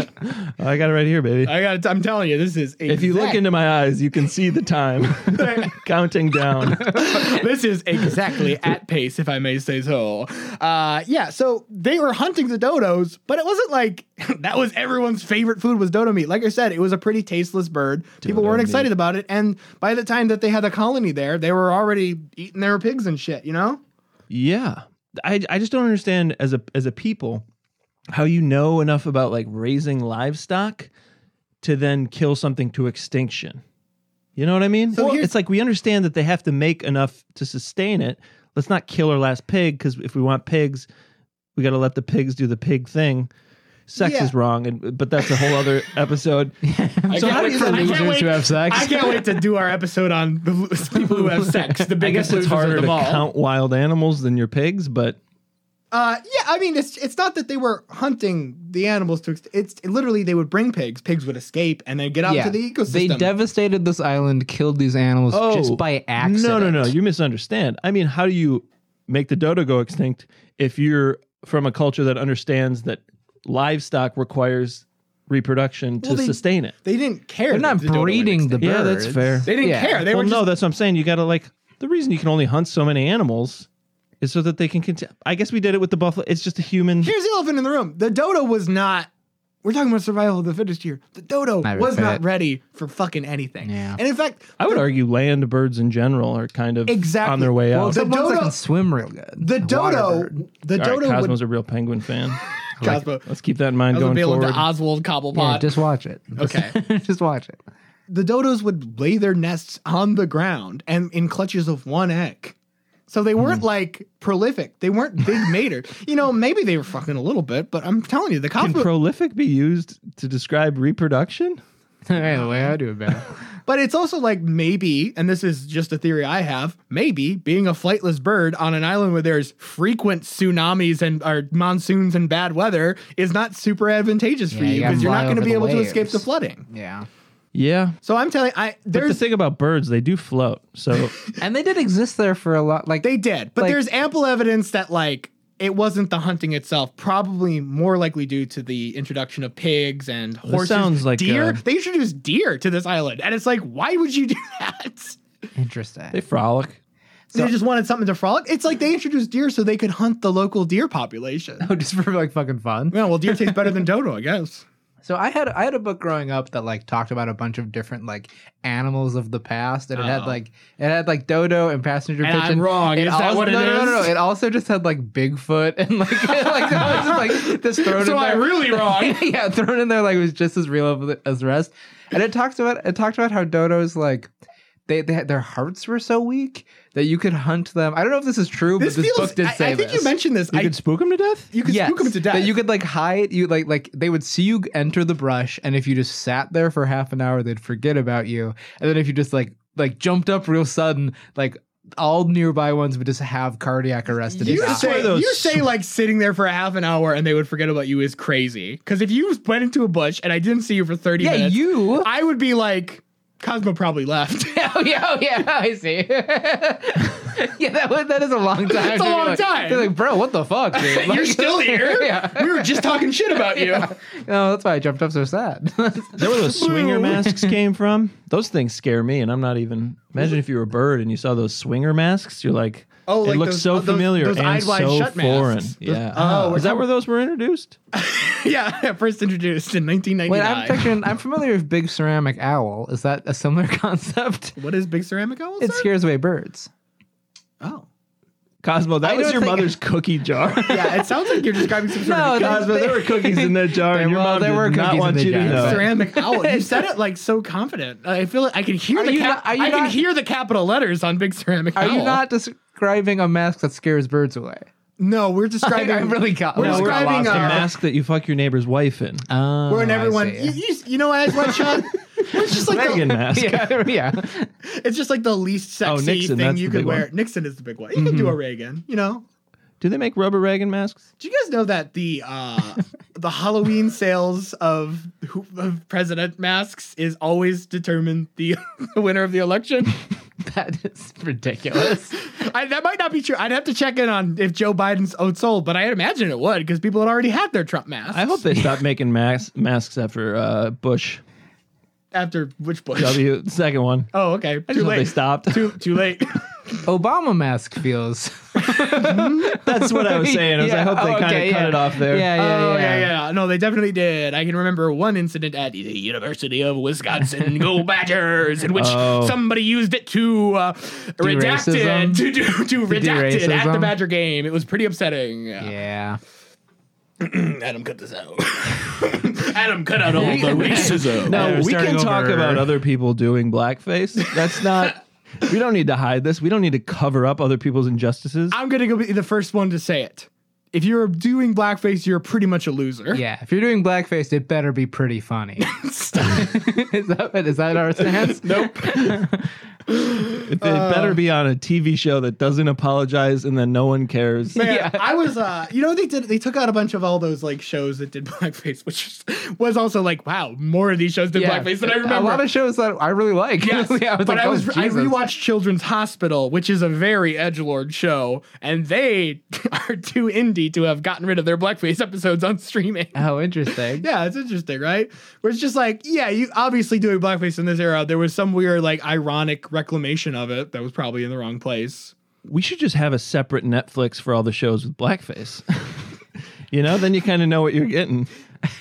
Speaker 1: I got it right here, baby.
Speaker 3: I got. I'm telling you, this is.
Speaker 1: If you look
Speaker 3: exact-
Speaker 1: into my eyes, you can see the time counting down.
Speaker 3: this is exactly at pace, if I may say so. Uh, yeah, so they were hunting the dodos, but it wasn't like that was everyone's favorite food was dodo meat. Like I said, it was a pretty tasteless bird. People
Speaker 1: Dodo
Speaker 3: weren't
Speaker 1: meat.
Speaker 3: excited about it, and by the time that they had the colony there, they were already eating their pigs and shit. You know?
Speaker 1: Yeah. I, I just don't understand as a as a people how you know enough about like raising livestock to then kill something to extinction. You know what I mean?
Speaker 3: So here's-
Speaker 1: it's like we understand that they have to make enough to sustain it. Let's not kill our last pig because if we want pigs, we got to let the pigs do the pig thing. Sex
Speaker 3: Yeah.
Speaker 1: is wrong, and but that's a whole other episode.
Speaker 3: So
Speaker 8: Sorry for losers who have sex.
Speaker 3: I can't wait to do our episode on the lo- people who have sex. The
Speaker 1: I
Speaker 3: biggest
Speaker 1: guess it's
Speaker 3: losers
Speaker 1: harder
Speaker 3: of
Speaker 1: to
Speaker 3: them all.
Speaker 1: count wild animals than your pigs, but
Speaker 3: Uh, yeah, I mean, it's it's not that they were hunting the animals to. Ex- it's literally they would bring pigs. Pigs would escape and then get out
Speaker 2: Yeah.
Speaker 3: to the ecosystem.
Speaker 2: They devastated this island, killed these animals just by accident.
Speaker 1: Oh. No, no, no. You misunderstand. I mean, how do you make the dodo go extinct if you're from a culture that understands that livestock requires reproduction to
Speaker 3: Well, they-
Speaker 1: sustain it?
Speaker 3: They didn't care.
Speaker 2: They're
Speaker 3: that
Speaker 2: not
Speaker 3: the dodo went
Speaker 2: breeding the
Speaker 3: extinct.
Speaker 2: birds.
Speaker 1: Yeah, that's fair.
Speaker 3: They didn't
Speaker 2: Yeah.
Speaker 3: care. They
Speaker 1: well,
Speaker 3: were
Speaker 1: no,
Speaker 3: just.
Speaker 1: that's what I'm saying. You got to like the reason you can only hunt so many animals is so that they can continue. I guess we did it with the buffalo. It's just a human.
Speaker 3: Here's the elephant in the room. The dodo was not. We're talking about survival of the fittest here. The dodo
Speaker 2: Not
Speaker 3: was
Speaker 2: fit.
Speaker 3: not ready for fucking anything.
Speaker 2: Yeah.
Speaker 3: And in fact,
Speaker 1: I would argue land birds in general are kind of
Speaker 3: Exactly.
Speaker 1: on their way
Speaker 2: Well,
Speaker 1: out.
Speaker 2: the
Speaker 3: The
Speaker 2: ones that
Speaker 3: dodo-
Speaker 2: can swim real good.
Speaker 3: the dodo,
Speaker 2: waterbird.
Speaker 3: the
Speaker 1: All right,
Speaker 3: dodo
Speaker 1: Cosmo's
Speaker 3: would.
Speaker 1: a real penguin fan.
Speaker 3: Cosmo.
Speaker 1: Let's keep that in mind
Speaker 3: I was
Speaker 1: going
Speaker 3: appealing
Speaker 1: forward.
Speaker 3: to Oswald
Speaker 2: Yeah,
Speaker 3: Cobblepot.
Speaker 2: just watch it. Just-
Speaker 3: Okay.
Speaker 2: just watch it.
Speaker 3: the dodos would lay their nests on the ground and in clutches of one egg. So
Speaker 1: Hmm.
Speaker 3: they weren't like prolific. They weren't big maters. You know, maybe they were fucking a little bit, but I'm telling you, the
Speaker 1: Can
Speaker 3: cosmo.
Speaker 1: prolific be used to describe reproduction?
Speaker 2: Hey, the way I do it better.
Speaker 3: but it's also like maybe, and this is just a theory I have. Maybe being a flightless bird on an island where there's frequent tsunamis and or monsoons and bad weather is not super advantageous for
Speaker 2: Yeah,
Speaker 3: you
Speaker 2: you gotta
Speaker 3: because you're
Speaker 2: fly
Speaker 3: not going to
Speaker 2: over
Speaker 3: be
Speaker 2: the
Speaker 3: able to
Speaker 2: waves.
Speaker 3: escape the flooding.
Speaker 2: yeah.
Speaker 1: Yeah.
Speaker 3: So I'm telling I
Speaker 1: But the
Speaker 3: there's
Speaker 1: thing about birds, they do float. So
Speaker 2: And they did exist there for a lot. Like
Speaker 3: They did, but
Speaker 2: Like-
Speaker 3: there's ample evidence that like it wasn't the hunting itself. Probably more likely due to the introduction of pigs and horses.
Speaker 1: sounds like,
Speaker 3: deer.
Speaker 1: uh,
Speaker 3: they introduced deer to this island, and it's like, why would you do that?
Speaker 2: Interesting.
Speaker 1: they frolic.
Speaker 3: they just wanted something to frolic. It's like they introduced deer so they could hunt the local deer population.
Speaker 2: Oh, just for like fucking fun.
Speaker 3: Yeah, well, deer tastes better than dodo, I guess.
Speaker 2: So I had I had a book growing up that like talked about a bunch of different like animals of the past, and it had
Speaker 3: Oh.
Speaker 2: like it had like dodo and passenger
Speaker 3: And I'm
Speaker 2: pigeon.
Speaker 3: wrong. Is that
Speaker 2: also-
Speaker 3: what it
Speaker 2: no, no, no, no,
Speaker 3: is?
Speaker 2: It also just had like Bigfoot and like like that was just like this thrown
Speaker 3: So
Speaker 2: in
Speaker 3: I'm
Speaker 2: there.
Speaker 3: really wrong.
Speaker 2: yeah, thrown in there like it was just as real of- as the rest. And it talked about it talked about how dodos like they, they their hearts were so weak that you could hunt them. I don't know if this is true,
Speaker 3: This
Speaker 2: but this
Speaker 3: feels.
Speaker 2: book did
Speaker 3: I,
Speaker 2: say
Speaker 3: I think
Speaker 2: this.
Speaker 3: you mentioned this.
Speaker 1: You
Speaker 3: I,
Speaker 1: could spook them to death?
Speaker 3: you could
Speaker 2: Yes,
Speaker 3: spook 'em to death.
Speaker 2: That you could like hide you like like they would see you enter the brush, and if you just sat there for half an hour, they'd forget about you. And then if you just like like jumped up real sudden, like all nearby ones would just have cardiac arrest. and
Speaker 3: You
Speaker 2: die.
Speaker 1: one
Speaker 3: say,
Speaker 1: of those
Speaker 3: you say like sitting there for a half an hour and they would forget about you is crazy. Because if you went into a bush and I didn't see you for 30
Speaker 2: yeah,
Speaker 3: minutes,
Speaker 2: you.
Speaker 3: I would be like, Cosmo probably left.
Speaker 2: Oh yeah, oh, yeah, I see. yeah, that was, that is a long time.
Speaker 3: That's a long
Speaker 2: Like,
Speaker 3: time.
Speaker 2: They're like, bro, what the fuck? Dude?
Speaker 3: You're
Speaker 2: Like-
Speaker 3: still here?
Speaker 2: yeah.
Speaker 3: We were just talking shit about you.
Speaker 2: No, oh, that's why I jumped up so sad.
Speaker 1: There where those swinger masks came from. Those things scare me, and I'm not even. Imagine if you were a bird and you saw those swinger masks. You're like,
Speaker 3: Oh,
Speaker 1: it
Speaker 3: like
Speaker 1: looks
Speaker 3: those-
Speaker 1: so
Speaker 3: those-
Speaker 1: familiar
Speaker 3: those
Speaker 1: and
Speaker 3: eyed wide
Speaker 1: so
Speaker 3: shut masks.
Speaker 1: foreign.
Speaker 3: Those-
Speaker 1: yeah.
Speaker 3: oh,
Speaker 1: is that
Speaker 3: we're-
Speaker 1: where those were introduced?
Speaker 3: yeah, first introduced in
Speaker 2: Wait, I'm
Speaker 3: 1999.
Speaker 2: picturing. I'm familiar with big ceramic owl. Is that a similar concept?
Speaker 3: what is Big Ceramic Owl?
Speaker 2: It
Speaker 3: sir?
Speaker 2: scares away birds.
Speaker 3: Oh.
Speaker 1: Cosmo, that
Speaker 2: I
Speaker 1: was
Speaker 2: don't
Speaker 1: your
Speaker 2: think-
Speaker 1: mother's cookie jar.
Speaker 3: Yeah, it sounds like you're describing some sort of
Speaker 2: No,
Speaker 1: Cosmo, there were cookies in that jar,
Speaker 2: There
Speaker 1: and your
Speaker 2: were-
Speaker 1: mom
Speaker 2: there
Speaker 1: did
Speaker 2: were cookies
Speaker 1: not
Speaker 2: in
Speaker 1: want
Speaker 2: the
Speaker 1: you to
Speaker 2: jar.
Speaker 1: know.
Speaker 3: ceramic owl. You said it like so confident. I feel like I can hear
Speaker 2: Are
Speaker 3: the
Speaker 2: you
Speaker 3: cap-
Speaker 2: not- are you
Speaker 3: I can
Speaker 2: not-
Speaker 3: hear the capital letters on Big Ceramic
Speaker 2: Are
Speaker 3: Owl.
Speaker 2: you not describing a mask that scares birds away?
Speaker 3: No, we're describing.
Speaker 2: I really got-
Speaker 3: We're
Speaker 2: no, we're
Speaker 3: describing
Speaker 2: lost
Speaker 3: uh,
Speaker 1: The
Speaker 2: in
Speaker 3: our. Uh,
Speaker 1: mask that you fuck your neighbor's wife in.
Speaker 2: Oh,
Speaker 3: We're in everyone. You, you, you know what? That's what, Sean. It's just like the,
Speaker 1: Reagan mask.
Speaker 2: yeah, yeah.
Speaker 3: it's just like the least
Speaker 1: Oh,
Speaker 3: sexy
Speaker 1: Nixon,
Speaker 3: thing
Speaker 1: that's
Speaker 3: you
Speaker 1: the
Speaker 3: could
Speaker 1: big
Speaker 3: wear.
Speaker 1: one.
Speaker 3: Nixon is the big one. You
Speaker 2: Mm-hmm.
Speaker 3: can do a Reagan, you know.
Speaker 1: Do they make rubber Reagan masks?
Speaker 3: Do you guys know that the uh, the Halloween sales of, who- of president masks is always determined the, the winner of the election?
Speaker 2: That is ridiculous.
Speaker 3: I, that might not be true. I'd have to check in on if Joe Biden's own sold, but I imagine it would because people had already had their Trump masks.
Speaker 1: I hope they stop making mas- masks after uh, Bush
Speaker 3: after which Bush.
Speaker 1: W, the second one.
Speaker 3: Oh, okay.
Speaker 1: I
Speaker 3: Too
Speaker 1: just hope they
Speaker 3: late.
Speaker 1: stopped.
Speaker 3: Too too late.
Speaker 2: Obama mask feels.
Speaker 1: That's what I was saying. I was, I
Speaker 2: Yeah.
Speaker 1: hope they
Speaker 2: Oh,
Speaker 1: kind of
Speaker 2: okay,
Speaker 1: cut
Speaker 2: yeah.
Speaker 1: it off there.
Speaker 2: Yeah, yeah,
Speaker 3: oh
Speaker 2: yeah.
Speaker 3: yeah. yeah, No, they definitely did. I can remember one incident at the University of Wisconsin, Go Badgers, in which
Speaker 1: Oh.
Speaker 3: somebody used it to uh, redact it
Speaker 2: racism?
Speaker 3: to do to redact it at the
Speaker 2: racism?
Speaker 3: Badger game. It was pretty upsetting.
Speaker 2: Yeah.
Speaker 3: Adam, cut this out. Adam, cut out all the racism.
Speaker 1: No,
Speaker 2: we're
Speaker 1: we can
Speaker 2: starting
Speaker 1: talk
Speaker 2: over.
Speaker 1: about other people doing blackface. That's not. we don't need to hide this. We don't need to cover up other people's injustices.
Speaker 3: I'm gonna go be the first one to say it. If you're doing blackface, you're pretty much a loser.
Speaker 2: Yeah, if you're doing blackface, it better be pretty funny. is that is that our stance?
Speaker 3: Nope.
Speaker 1: It better be on a TV show that doesn't apologize and then no one cares.
Speaker 3: Man, I was uh you know they did they took out a bunch of all those like shows that did blackface, which was- was also like, wow, more of these shows did
Speaker 2: Yeah.
Speaker 3: blackface than I remember.
Speaker 2: A lot of shows that I really like.
Speaker 3: Yes,
Speaker 2: yeah, I was
Speaker 3: but
Speaker 2: like,
Speaker 3: I
Speaker 2: oh,
Speaker 3: was I
Speaker 2: Jesus.
Speaker 3: rewatched Children's Hospital, which is a very edge lord show, and they are too indie to have gotten rid of their blackface episodes on streaming.
Speaker 2: How Oh, interesting.
Speaker 3: Yeah, it's interesting, right? Where it's just like, yeah, you obviously doing blackface in this era. There was some weird, like, ironic reclamation of it that was probably in the wrong place.
Speaker 1: We should just have a separate Netflix for all the shows with blackface. you know, then you kind of know what you're getting.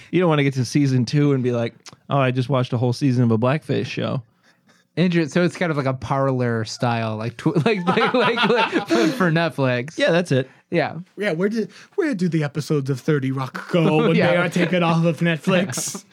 Speaker 1: You don't want to get to season two and be like, "Oh, I just watched a whole season of a blackface show."
Speaker 2: Inter- so it's kind of like a parlor style, like tw- like like, like, like for, for Netflix.
Speaker 1: Yeah, that's it.
Speaker 2: yeah.
Speaker 3: Yeah, where did where do the episodes of Thirty Rock go when
Speaker 2: Yeah.
Speaker 3: they are taken off of Netflix?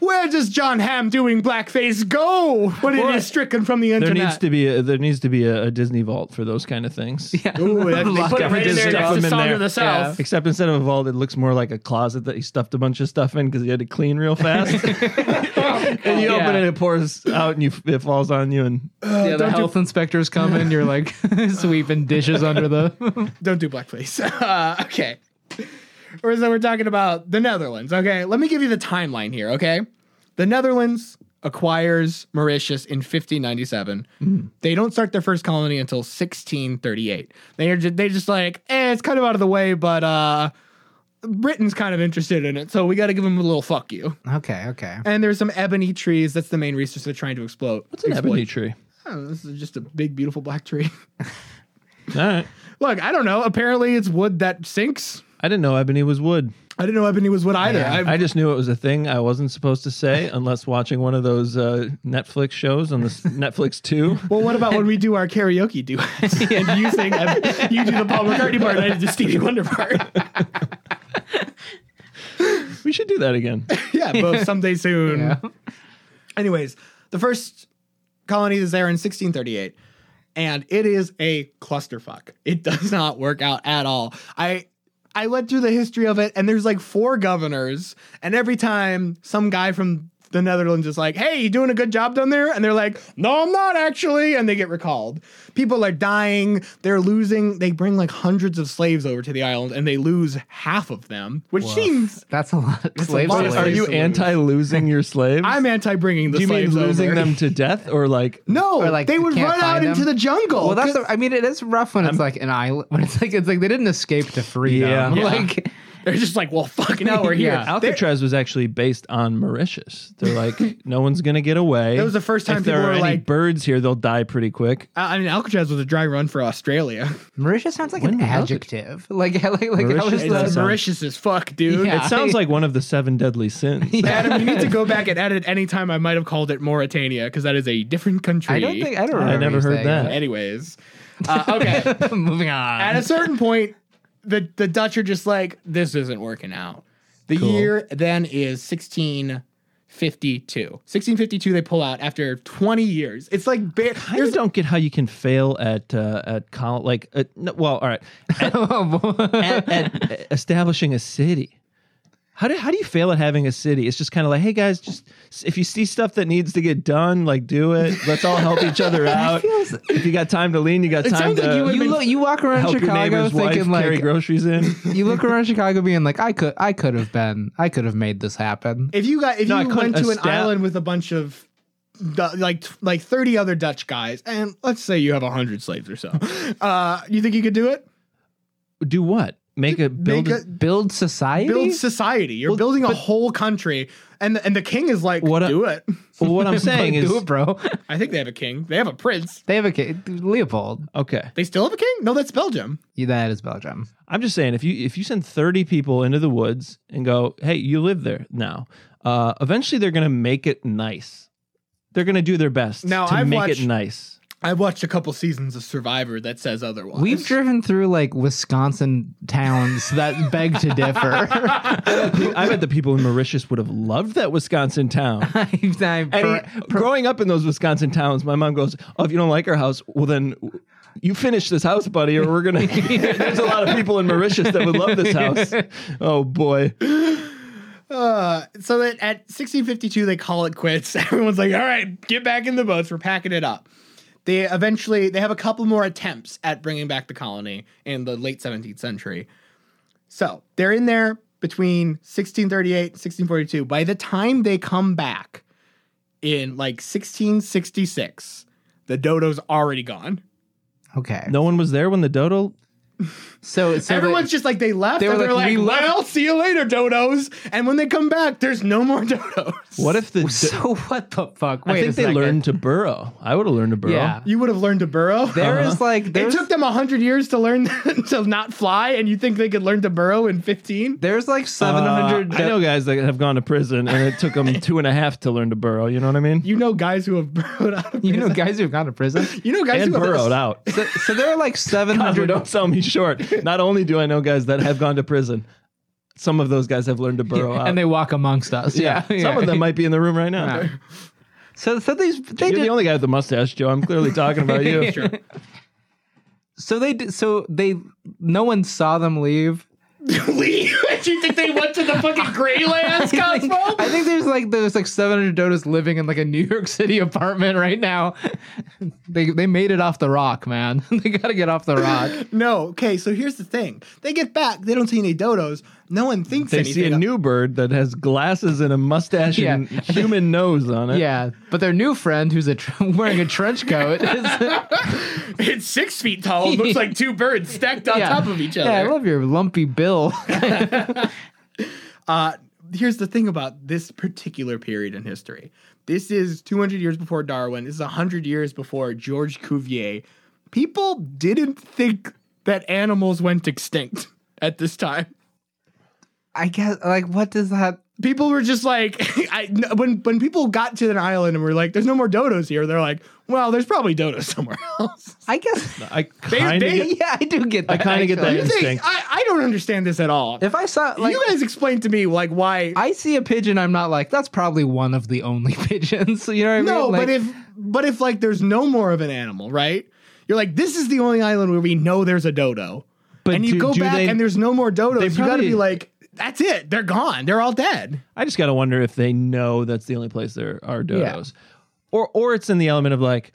Speaker 3: Where does John Hamm doing blackface go when it is stricken from the
Speaker 1: There
Speaker 3: internet?
Speaker 1: needs to be a, there needs to be a, a Disney vault for those kind of things. Yeah.
Speaker 3: Ooh, that- they put it
Speaker 1: Lock
Speaker 3: right
Speaker 1: them
Speaker 3: in there.
Speaker 1: in, stuff
Speaker 3: It's
Speaker 1: them
Speaker 3: the
Speaker 1: in
Speaker 3: song
Speaker 1: there.
Speaker 3: of the South.
Speaker 1: Except instead of a vault, it looks more like a closet that he stuffed a bunch of stuff in because he had to clean real fast. and you
Speaker 2: Yeah.
Speaker 1: open it, it pours out, and you it falls on you. And
Speaker 2: yeah the health inspectors come in, you're like sweeping dishes under the.
Speaker 3: Don't do blackface. Uh, okay. Or so we're talking about the Netherlands. Okay, let me give you the timeline here. Okay, the Netherlands acquires Mauritius in 1597.
Speaker 1: Mm.
Speaker 3: They don't start their first colony until 1638. They are just, they just like, eh, it's kind of out of the way, but uh, Britain's kind of interested in it, so we got to give them a little fuck you.
Speaker 2: okay, okay.
Speaker 3: And there's some ebony trees. That's the main resource they're trying to explode.
Speaker 1: it's an ebony tree.
Speaker 3: Oh, this is just a big, beautiful black tree.
Speaker 1: All right,
Speaker 3: Look, I don't know. Apparently, it's wood that sinks.
Speaker 1: I didn't know ebony was wood.
Speaker 3: I didn't know ebony was wood either.
Speaker 1: I just knew it was a thing I wasn't supposed to say unless watching one of those uh, Netflix shows on the s- Netflix Two.
Speaker 3: well, what about when we do our karaoke duets? and you sing, um, you do the Paul McCartney part, and I do the Stevie Wonder part.
Speaker 1: We should do that again.
Speaker 3: yeah, both someday soon.
Speaker 2: Yeah.
Speaker 3: Anyways, the first colony is there in 1638, and it is a clusterfuck. It does not work out at all. I I went through the history of it, and there's like four governors, and every time some guy from the Netherlands is like, "Hey, you doing a good job down there?" and they're like, "No, I'm not actually," and they get recalled. People are dying. They're losing. They bring like hundreds of slaves over to the island, and they lose half of them, which seems.
Speaker 2: That's a lot. Of slaves
Speaker 3: lot of
Speaker 2: to
Speaker 1: Are
Speaker 3: slaves.
Speaker 2: lose.
Speaker 1: you
Speaker 3: Slaves.
Speaker 1: anti losing your slaves?
Speaker 3: I'm anti bringing the
Speaker 1: do you mean
Speaker 3: slaves
Speaker 1: losing
Speaker 3: over.
Speaker 1: them to death or like?
Speaker 3: No,
Speaker 2: Or, like,
Speaker 3: they
Speaker 2: they
Speaker 3: would
Speaker 2: can't
Speaker 3: run out
Speaker 2: find
Speaker 3: into
Speaker 2: them?
Speaker 3: the jungle.
Speaker 2: Well, that's.
Speaker 3: Cause-
Speaker 2: The, I mean, it is rough when it's like an island. When it's like it's like they didn't escape to freedom.
Speaker 1: Yeah. Yeah.
Speaker 2: Like
Speaker 3: they're just like, well, fuck, now we're here.
Speaker 2: Yeah.
Speaker 3: There-
Speaker 1: Alcatraz was actually based on Mauritius. They're like, no one's gonna get away.
Speaker 3: That was the first time
Speaker 1: if there
Speaker 3: people
Speaker 1: are
Speaker 3: were
Speaker 1: any
Speaker 3: like-
Speaker 1: birds here, they'll die pretty quick.
Speaker 3: I I mean, Alcatraz was a dry run for Australia.
Speaker 2: Mauritius sounds like an
Speaker 1: the hell did-
Speaker 2: adjective. Like like like how
Speaker 1: Mauritius
Speaker 2: is
Speaker 1: is
Speaker 2: that?
Speaker 1: a-
Speaker 3: It's
Speaker 1: sound-
Speaker 3: Mauritius as fuck, dude.
Speaker 2: Yeah.
Speaker 1: It sounds like one of the seven deadly sins.
Speaker 3: Adam, you need to go back and edit any time I might have called it Mauritania because that is a different country.
Speaker 2: I don't think I don't. Remember
Speaker 1: never
Speaker 2: you
Speaker 1: heard
Speaker 2: saying
Speaker 1: that.
Speaker 3: Anyways, uh, okay.
Speaker 2: that. Moving on.
Speaker 3: At a certain point, the the Dutch are just like, this isn't working out. The year then is 1652. 1652, they pull out after 20 years. It's like, ba-
Speaker 1: I just don't get how you can fail at uh, at col- like uh, no, well, all right,
Speaker 2: Oh, boy.
Speaker 1: at, at establishing a city. How do how do you fail at having a city? It's just kind of like, hey guys, just if you see stuff that needs to get done, like do it. Let's all help each other out. if you got time to lean, you got time
Speaker 8: sounds
Speaker 1: to
Speaker 8: like you would
Speaker 2: You look, you walk around
Speaker 1: help your
Speaker 2: Chicago
Speaker 1: neighbor's wife
Speaker 2: thinking
Speaker 1: carry
Speaker 2: like,
Speaker 1: groceries in.
Speaker 2: you look around Chicago being like, I could, I could have been, I could have made this happen.
Speaker 3: If you got if
Speaker 1: No, I
Speaker 3: you
Speaker 1: couldn't-
Speaker 3: went to
Speaker 1: a
Speaker 3: an
Speaker 1: stat-
Speaker 3: island with a bunch of Du- like like 30 other Dutch guys and let's say you have 100 slaves or so. Uh you think you could do it?
Speaker 1: do what? Make a build.
Speaker 3: Make
Speaker 1: a-
Speaker 3: a,
Speaker 2: Build society.
Speaker 3: build society. You're building a whole country and and the king is like
Speaker 1: What a-
Speaker 3: do it.
Speaker 1: well, what I'm saying is,
Speaker 2: do it, bro.
Speaker 3: I think they have a king. They have a prince.
Speaker 2: They have a kid, Leopold.
Speaker 1: okay.
Speaker 3: They still have a king? No, that's Belgium.
Speaker 2: Yeah, That is Belgium.
Speaker 1: I'm just saying, if you if you send 30 people into the woods and go, hey, you live there now, uh, eventually they're gonna make it nice. They're gonna do their best
Speaker 3: Now,
Speaker 1: to
Speaker 3: I've
Speaker 1: make
Speaker 3: watched-
Speaker 1: it nice.
Speaker 3: I watched a couple seasons of Survivor that says otherwise.
Speaker 2: We've driven through like Wisconsin towns that beg to differ.
Speaker 1: I bet the people in Mauritius would have loved that Wisconsin town.
Speaker 2: I- I-
Speaker 1: And growing up in those Wisconsin towns, my mom goes, "Oh, if you don't like our house, well then." You finish this house, buddy, or we're gonna. There's a lot of people in Mauritius that would love this house. Oh boy!
Speaker 3: Uh, so that at 1652 they call it quits. Everyone's like, "All right, get back in the boats. We're packing it up." They eventually they have a couple more attempts at bringing back the colony in the late 17th century. So they're in there between 1638 and 1642. By the time they come back in like 1666, the dodo's already gone.
Speaker 2: okay.
Speaker 1: No one was there when the dodo
Speaker 2: So, so
Speaker 3: Everyone's
Speaker 2: the-
Speaker 3: just like they left.
Speaker 2: they were
Speaker 3: and they're
Speaker 2: like,
Speaker 3: like,
Speaker 2: "We left."
Speaker 3: "Well, see you later, dodos." And when they come back, there's no more dodos.
Speaker 1: What if the?
Speaker 2: so what the fuck? Wait
Speaker 1: I
Speaker 2: a
Speaker 1: think they
Speaker 2: second.
Speaker 1: learned to burrow. I would have learned to burrow.
Speaker 2: Yeah.
Speaker 3: You would have learned to burrow.
Speaker 2: There is like
Speaker 3: It
Speaker 2: there's,
Speaker 3: took them 100 years to learn to not fly, and you think they could learn to burrow in 15?
Speaker 2: there's like 700
Speaker 1: Uh, I know guys that have gone to prison, and it took them two and a half to learn to burrow. You know what I mean?
Speaker 3: You know guys who have burrowed out of
Speaker 2: you know
Speaker 3: prison.
Speaker 2: guys who've gone to prison.
Speaker 3: You know guys
Speaker 1: and
Speaker 3: who
Speaker 1: burrowed
Speaker 3: have
Speaker 1: out.
Speaker 2: So, so there are like
Speaker 1: Andrew,
Speaker 2: 700
Speaker 1: don't sell me short. Not only do I know guys that have gone to prison, some of those guys have learned to burrow out.
Speaker 2: and they walk amongst us. Yeah.
Speaker 1: Some of them might be in the room right now.
Speaker 2: Yeah. So so these they
Speaker 1: You're
Speaker 2: did,
Speaker 1: the only guy with the mustache, Joe. I'm clearly talking about you.
Speaker 2: so they did, so they no one saw them leave.
Speaker 3: Leave. Do you think they went to the fucking Greylands, Cosmo?
Speaker 2: I think there's like there's like 700 dodos living in like a New York City apartment right now. They they made it off the rock, man. they got to get off the rock.
Speaker 3: no. Okay, so here's the thing. They get back. They don't see any dodos. No one thinks
Speaker 1: They
Speaker 3: anything.
Speaker 1: see a
Speaker 3: of-
Speaker 1: new bird that has glasses and a mustache and
Speaker 2: Yeah.
Speaker 1: human nose on it.
Speaker 2: Yeah, but their new friend who's a tr- wearing a trench coat is
Speaker 3: it's six feet tall. and looks like two birds stacked on
Speaker 2: Yeah.
Speaker 3: top of each other.
Speaker 2: Yeah, I love your lumpy bill.
Speaker 3: Uh, here's the thing about this particular period in history. This is 200 years before Darwin. This is 100 years before George Cuvier. People didn't think that animals went extinct at this time.
Speaker 2: I guess like what does that
Speaker 3: People were just like, I, no, when when people got to an island and were like, "There's no more dodos here," they're like, "Well, there's probably dodos somewhere else."
Speaker 2: I guess
Speaker 1: I kind of
Speaker 3: they-
Speaker 1: get,
Speaker 2: yeah, I do get
Speaker 1: I
Speaker 2: that.
Speaker 1: kinda get
Speaker 2: actually.
Speaker 1: that.
Speaker 3: You think
Speaker 1: Instinct.
Speaker 3: I, I don't understand this at all?
Speaker 2: If I saw like
Speaker 3: you guys explain to me like why
Speaker 2: I see a pigeon, I'm not like that's probably one of the only pigeons. You know what I mean?
Speaker 3: No,
Speaker 2: Like,
Speaker 3: but if but if like there's no more of an animal, right? You're like, this is the only island where we know there's a dodo.
Speaker 1: but
Speaker 3: and you
Speaker 1: do-
Speaker 3: go
Speaker 1: do
Speaker 3: back
Speaker 1: they-
Speaker 3: and there's no more dodos.
Speaker 1: they
Speaker 3: you gotta
Speaker 1: probably-
Speaker 3: be like, that's it. They're gone. They're all dead.
Speaker 1: I just gotta wonder if they know that's the only place there are dodos, or or it's in the element of like,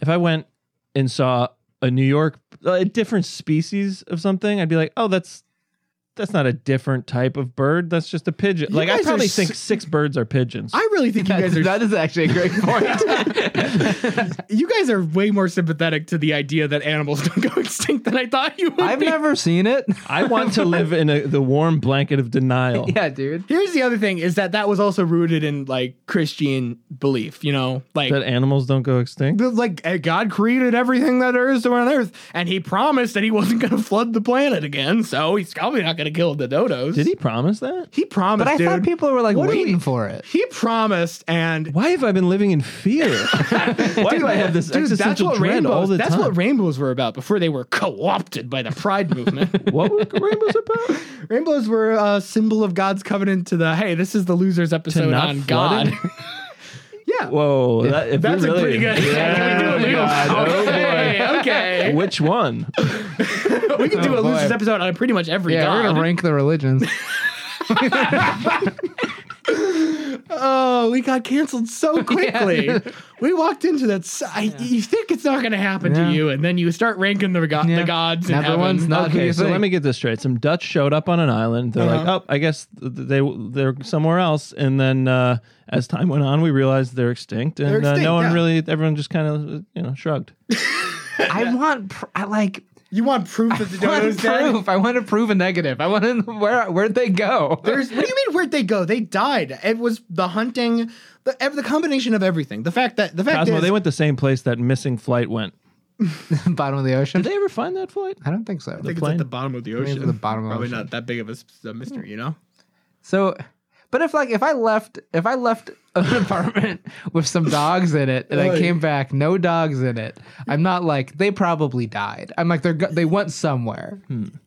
Speaker 1: if I went and saw a New York a different species of something, I'd be like, oh, that's that's not a different type of bird. That's just a pigeon. like I
Speaker 3: guys are
Speaker 1: probably
Speaker 3: s-
Speaker 1: think six birds are pigeons.
Speaker 3: I really think you guys are
Speaker 2: that is actually a great point.
Speaker 3: you guys are way more sympathetic to the idea that animals don't go extinct than I thought you would.
Speaker 2: I've
Speaker 3: be.
Speaker 2: never seen it.
Speaker 1: I want to live in a, the warm blanket of denial.
Speaker 2: yeah, dude.
Speaker 3: Here's the other thing is that that was also rooted in like Christian belief, you know, like
Speaker 1: That animals don't go extinct.
Speaker 3: the- like uh, God created everything that there is on Earth, and He promised that He wasn't going to flood the planet again. So He's probably not going to kill the dodos.
Speaker 1: Did he promise that?
Speaker 3: He promised,
Speaker 2: But I
Speaker 3: dude.
Speaker 2: thought people were like
Speaker 3: What do
Speaker 2: waiting
Speaker 3: we-
Speaker 2: for it.
Speaker 3: he promised, and
Speaker 1: Why have I been living in fear? Why do I have this
Speaker 3: dude, that's
Speaker 1: existential
Speaker 3: what
Speaker 1: dread
Speaker 3: rainbows.
Speaker 1: all the
Speaker 3: that's
Speaker 1: time?
Speaker 3: what rainbows were about before they were co-opted by the Pride movement.
Speaker 1: what were rainbows about?
Speaker 3: rainbows were a symbol of God's covenant to the hey, this is the losers episode
Speaker 1: not
Speaker 3: on
Speaker 1: flooding?
Speaker 3: God. yeah,
Speaker 1: Whoa, that, if
Speaker 3: that's
Speaker 1: we
Speaker 3: a
Speaker 1: really-
Speaker 3: pretty good. Yeah, can we do
Speaker 1: Oh,
Speaker 3: a losers-
Speaker 1: God. Oh,
Speaker 3: Okay, okay.
Speaker 1: Which one?
Speaker 3: we can do a
Speaker 2: boy.
Speaker 3: losers episode on pretty much every
Speaker 2: Oh, Yeah, we're
Speaker 3: god.
Speaker 2: gonna rank the religions.
Speaker 3: Oh, we got canceled so quickly. We walked into that. s I You think it's not going to happen
Speaker 2: Yeah.
Speaker 3: to you, and then you start ranking the, go-
Speaker 2: Yeah.
Speaker 3: the gods. in
Speaker 2: Not the
Speaker 3: heaven.
Speaker 2: ones not- Who do
Speaker 1: Okay,
Speaker 2: you
Speaker 1: so
Speaker 2: think?
Speaker 1: let me get this straight. Some Dutch showed up on an island. They're
Speaker 3: Uh-huh.
Speaker 1: like, "Oh, I guess th- they they're somewhere else." And then uh, as time went on, we realized they're extinct, and
Speaker 9: They're
Speaker 1: uh,
Speaker 9: extinct,
Speaker 1: no one
Speaker 9: yeah.
Speaker 1: really, everyone just kind of you know shrugged.
Speaker 2: I want. Pr- I like.
Speaker 3: You want proof that the
Speaker 2: I
Speaker 3: dodo's
Speaker 2: want
Speaker 3: dead?
Speaker 2: proof. I want to prove a negative. I want to. Where where'd they go?
Speaker 9: There's, what do you mean? Where'd they go? They died. It was the hunting, the, ev- the combination of everything. The fact that the fact
Speaker 1: Cosmo,
Speaker 9: is,
Speaker 1: they went the same place that missing flight went.
Speaker 2: bottom of the ocean.
Speaker 1: Did they ever find that flight?
Speaker 2: I don't think so.
Speaker 3: I think it's
Speaker 1: plane?
Speaker 3: at the bottom of the
Speaker 2: it's at
Speaker 3: ocean.
Speaker 2: the bottom of the
Speaker 3: Probably
Speaker 2: ocean.
Speaker 3: not that big of a, s- a mystery, you know.
Speaker 2: So, but if like if I left if I left an apartment with some dogs in it and I
Speaker 3: Right.
Speaker 2: came back no dogs in it, I'm not like they probably died. I'm like they're go- they went somewhere.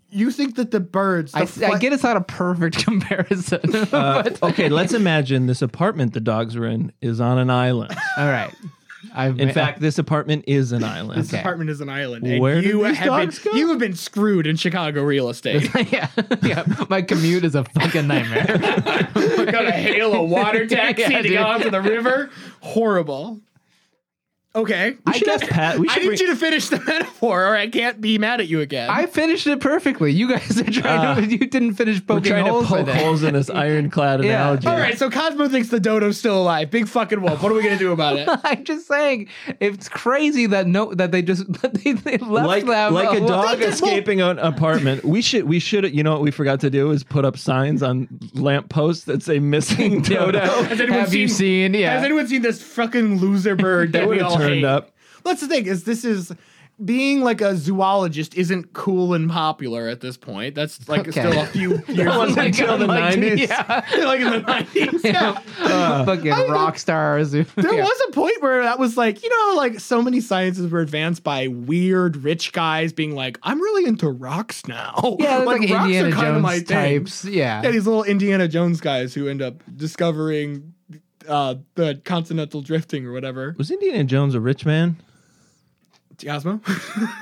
Speaker 3: You think that the birds?
Speaker 2: I, I get it's not a perfect comparison. but,
Speaker 1: Okay, let's imagine this apartment the dogs were in is on an island.
Speaker 2: all right. I've
Speaker 1: In
Speaker 2: ma-
Speaker 1: fact, this apartment is an island.
Speaker 3: This apartment is an island. And
Speaker 1: Where did
Speaker 3: you
Speaker 1: these
Speaker 3: have
Speaker 1: dogs
Speaker 3: been,
Speaker 1: go?
Speaker 3: You have been screwed in Chicago real estate.
Speaker 2: yeah, yeah. My commute is a fucking nightmare.
Speaker 3: We're gonna hail a water taxi
Speaker 2: Yeah,
Speaker 3: to
Speaker 2: dude.
Speaker 3: go out to the river. Horrible. Okay.
Speaker 1: We should ask Pat. We
Speaker 3: I
Speaker 1: should
Speaker 3: need
Speaker 1: bring,
Speaker 3: you to finish the metaphor, or I can't be mad at you again.
Speaker 2: I finished it perfectly. You guys are trying to. You didn't finish
Speaker 1: we're
Speaker 2: poking
Speaker 1: trying to
Speaker 2: holes
Speaker 1: poke
Speaker 2: in it.
Speaker 1: holes in this ironclad
Speaker 2: Yeah.
Speaker 1: analogy.
Speaker 3: All right, so Cosmo thinks the dodo's still alive. Big fucking wolf. What are we gonna do about it?
Speaker 2: I'm just saying, it's crazy that no, that they just that they, they left
Speaker 1: like
Speaker 2: them
Speaker 1: like a
Speaker 2: alone.
Speaker 1: dog escaping an apartment. We should we should you know what we forgot to do is put up signs on lampposts that say missing dodo.
Speaker 3: Has anyone
Speaker 2: Have you seen? Yeah.
Speaker 3: Has anyone seen this fucking loser bird that,
Speaker 1: It
Speaker 3: we
Speaker 1: would
Speaker 3: all
Speaker 1: have turned
Speaker 3: hate?
Speaker 1: up.
Speaker 3: That's the thing is this is being like a zoologist isn't cool and popular at this point. That's like
Speaker 2: Okay.
Speaker 3: still a few years
Speaker 1: That wasn't until the
Speaker 2: like,
Speaker 1: nineties.
Speaker 2: Yeah.
Speaker 3: like in the nineties.
Speaker 2: fucking rock stars. There
Speaker 3: There was a point where that was like, you know, like so many sciences were advanced by weird rich guys being like, I'm really into rocks now.
Speaker 2: Yeah, there's like,
Speaker 3: rocks are
Speaker 2: Indiana
Speaker 3: kinda
Speaker 2: Jones
Speaker 3: my thing.
Speaker 2: types. Yeah.
Speaker 3: Yeah, these little Indiana Jones guys who end up discovering uh, the continental drifting or whatever.
Speaker 1: Was Indiana Jones a rich man?
Speaker 3: Cosmo?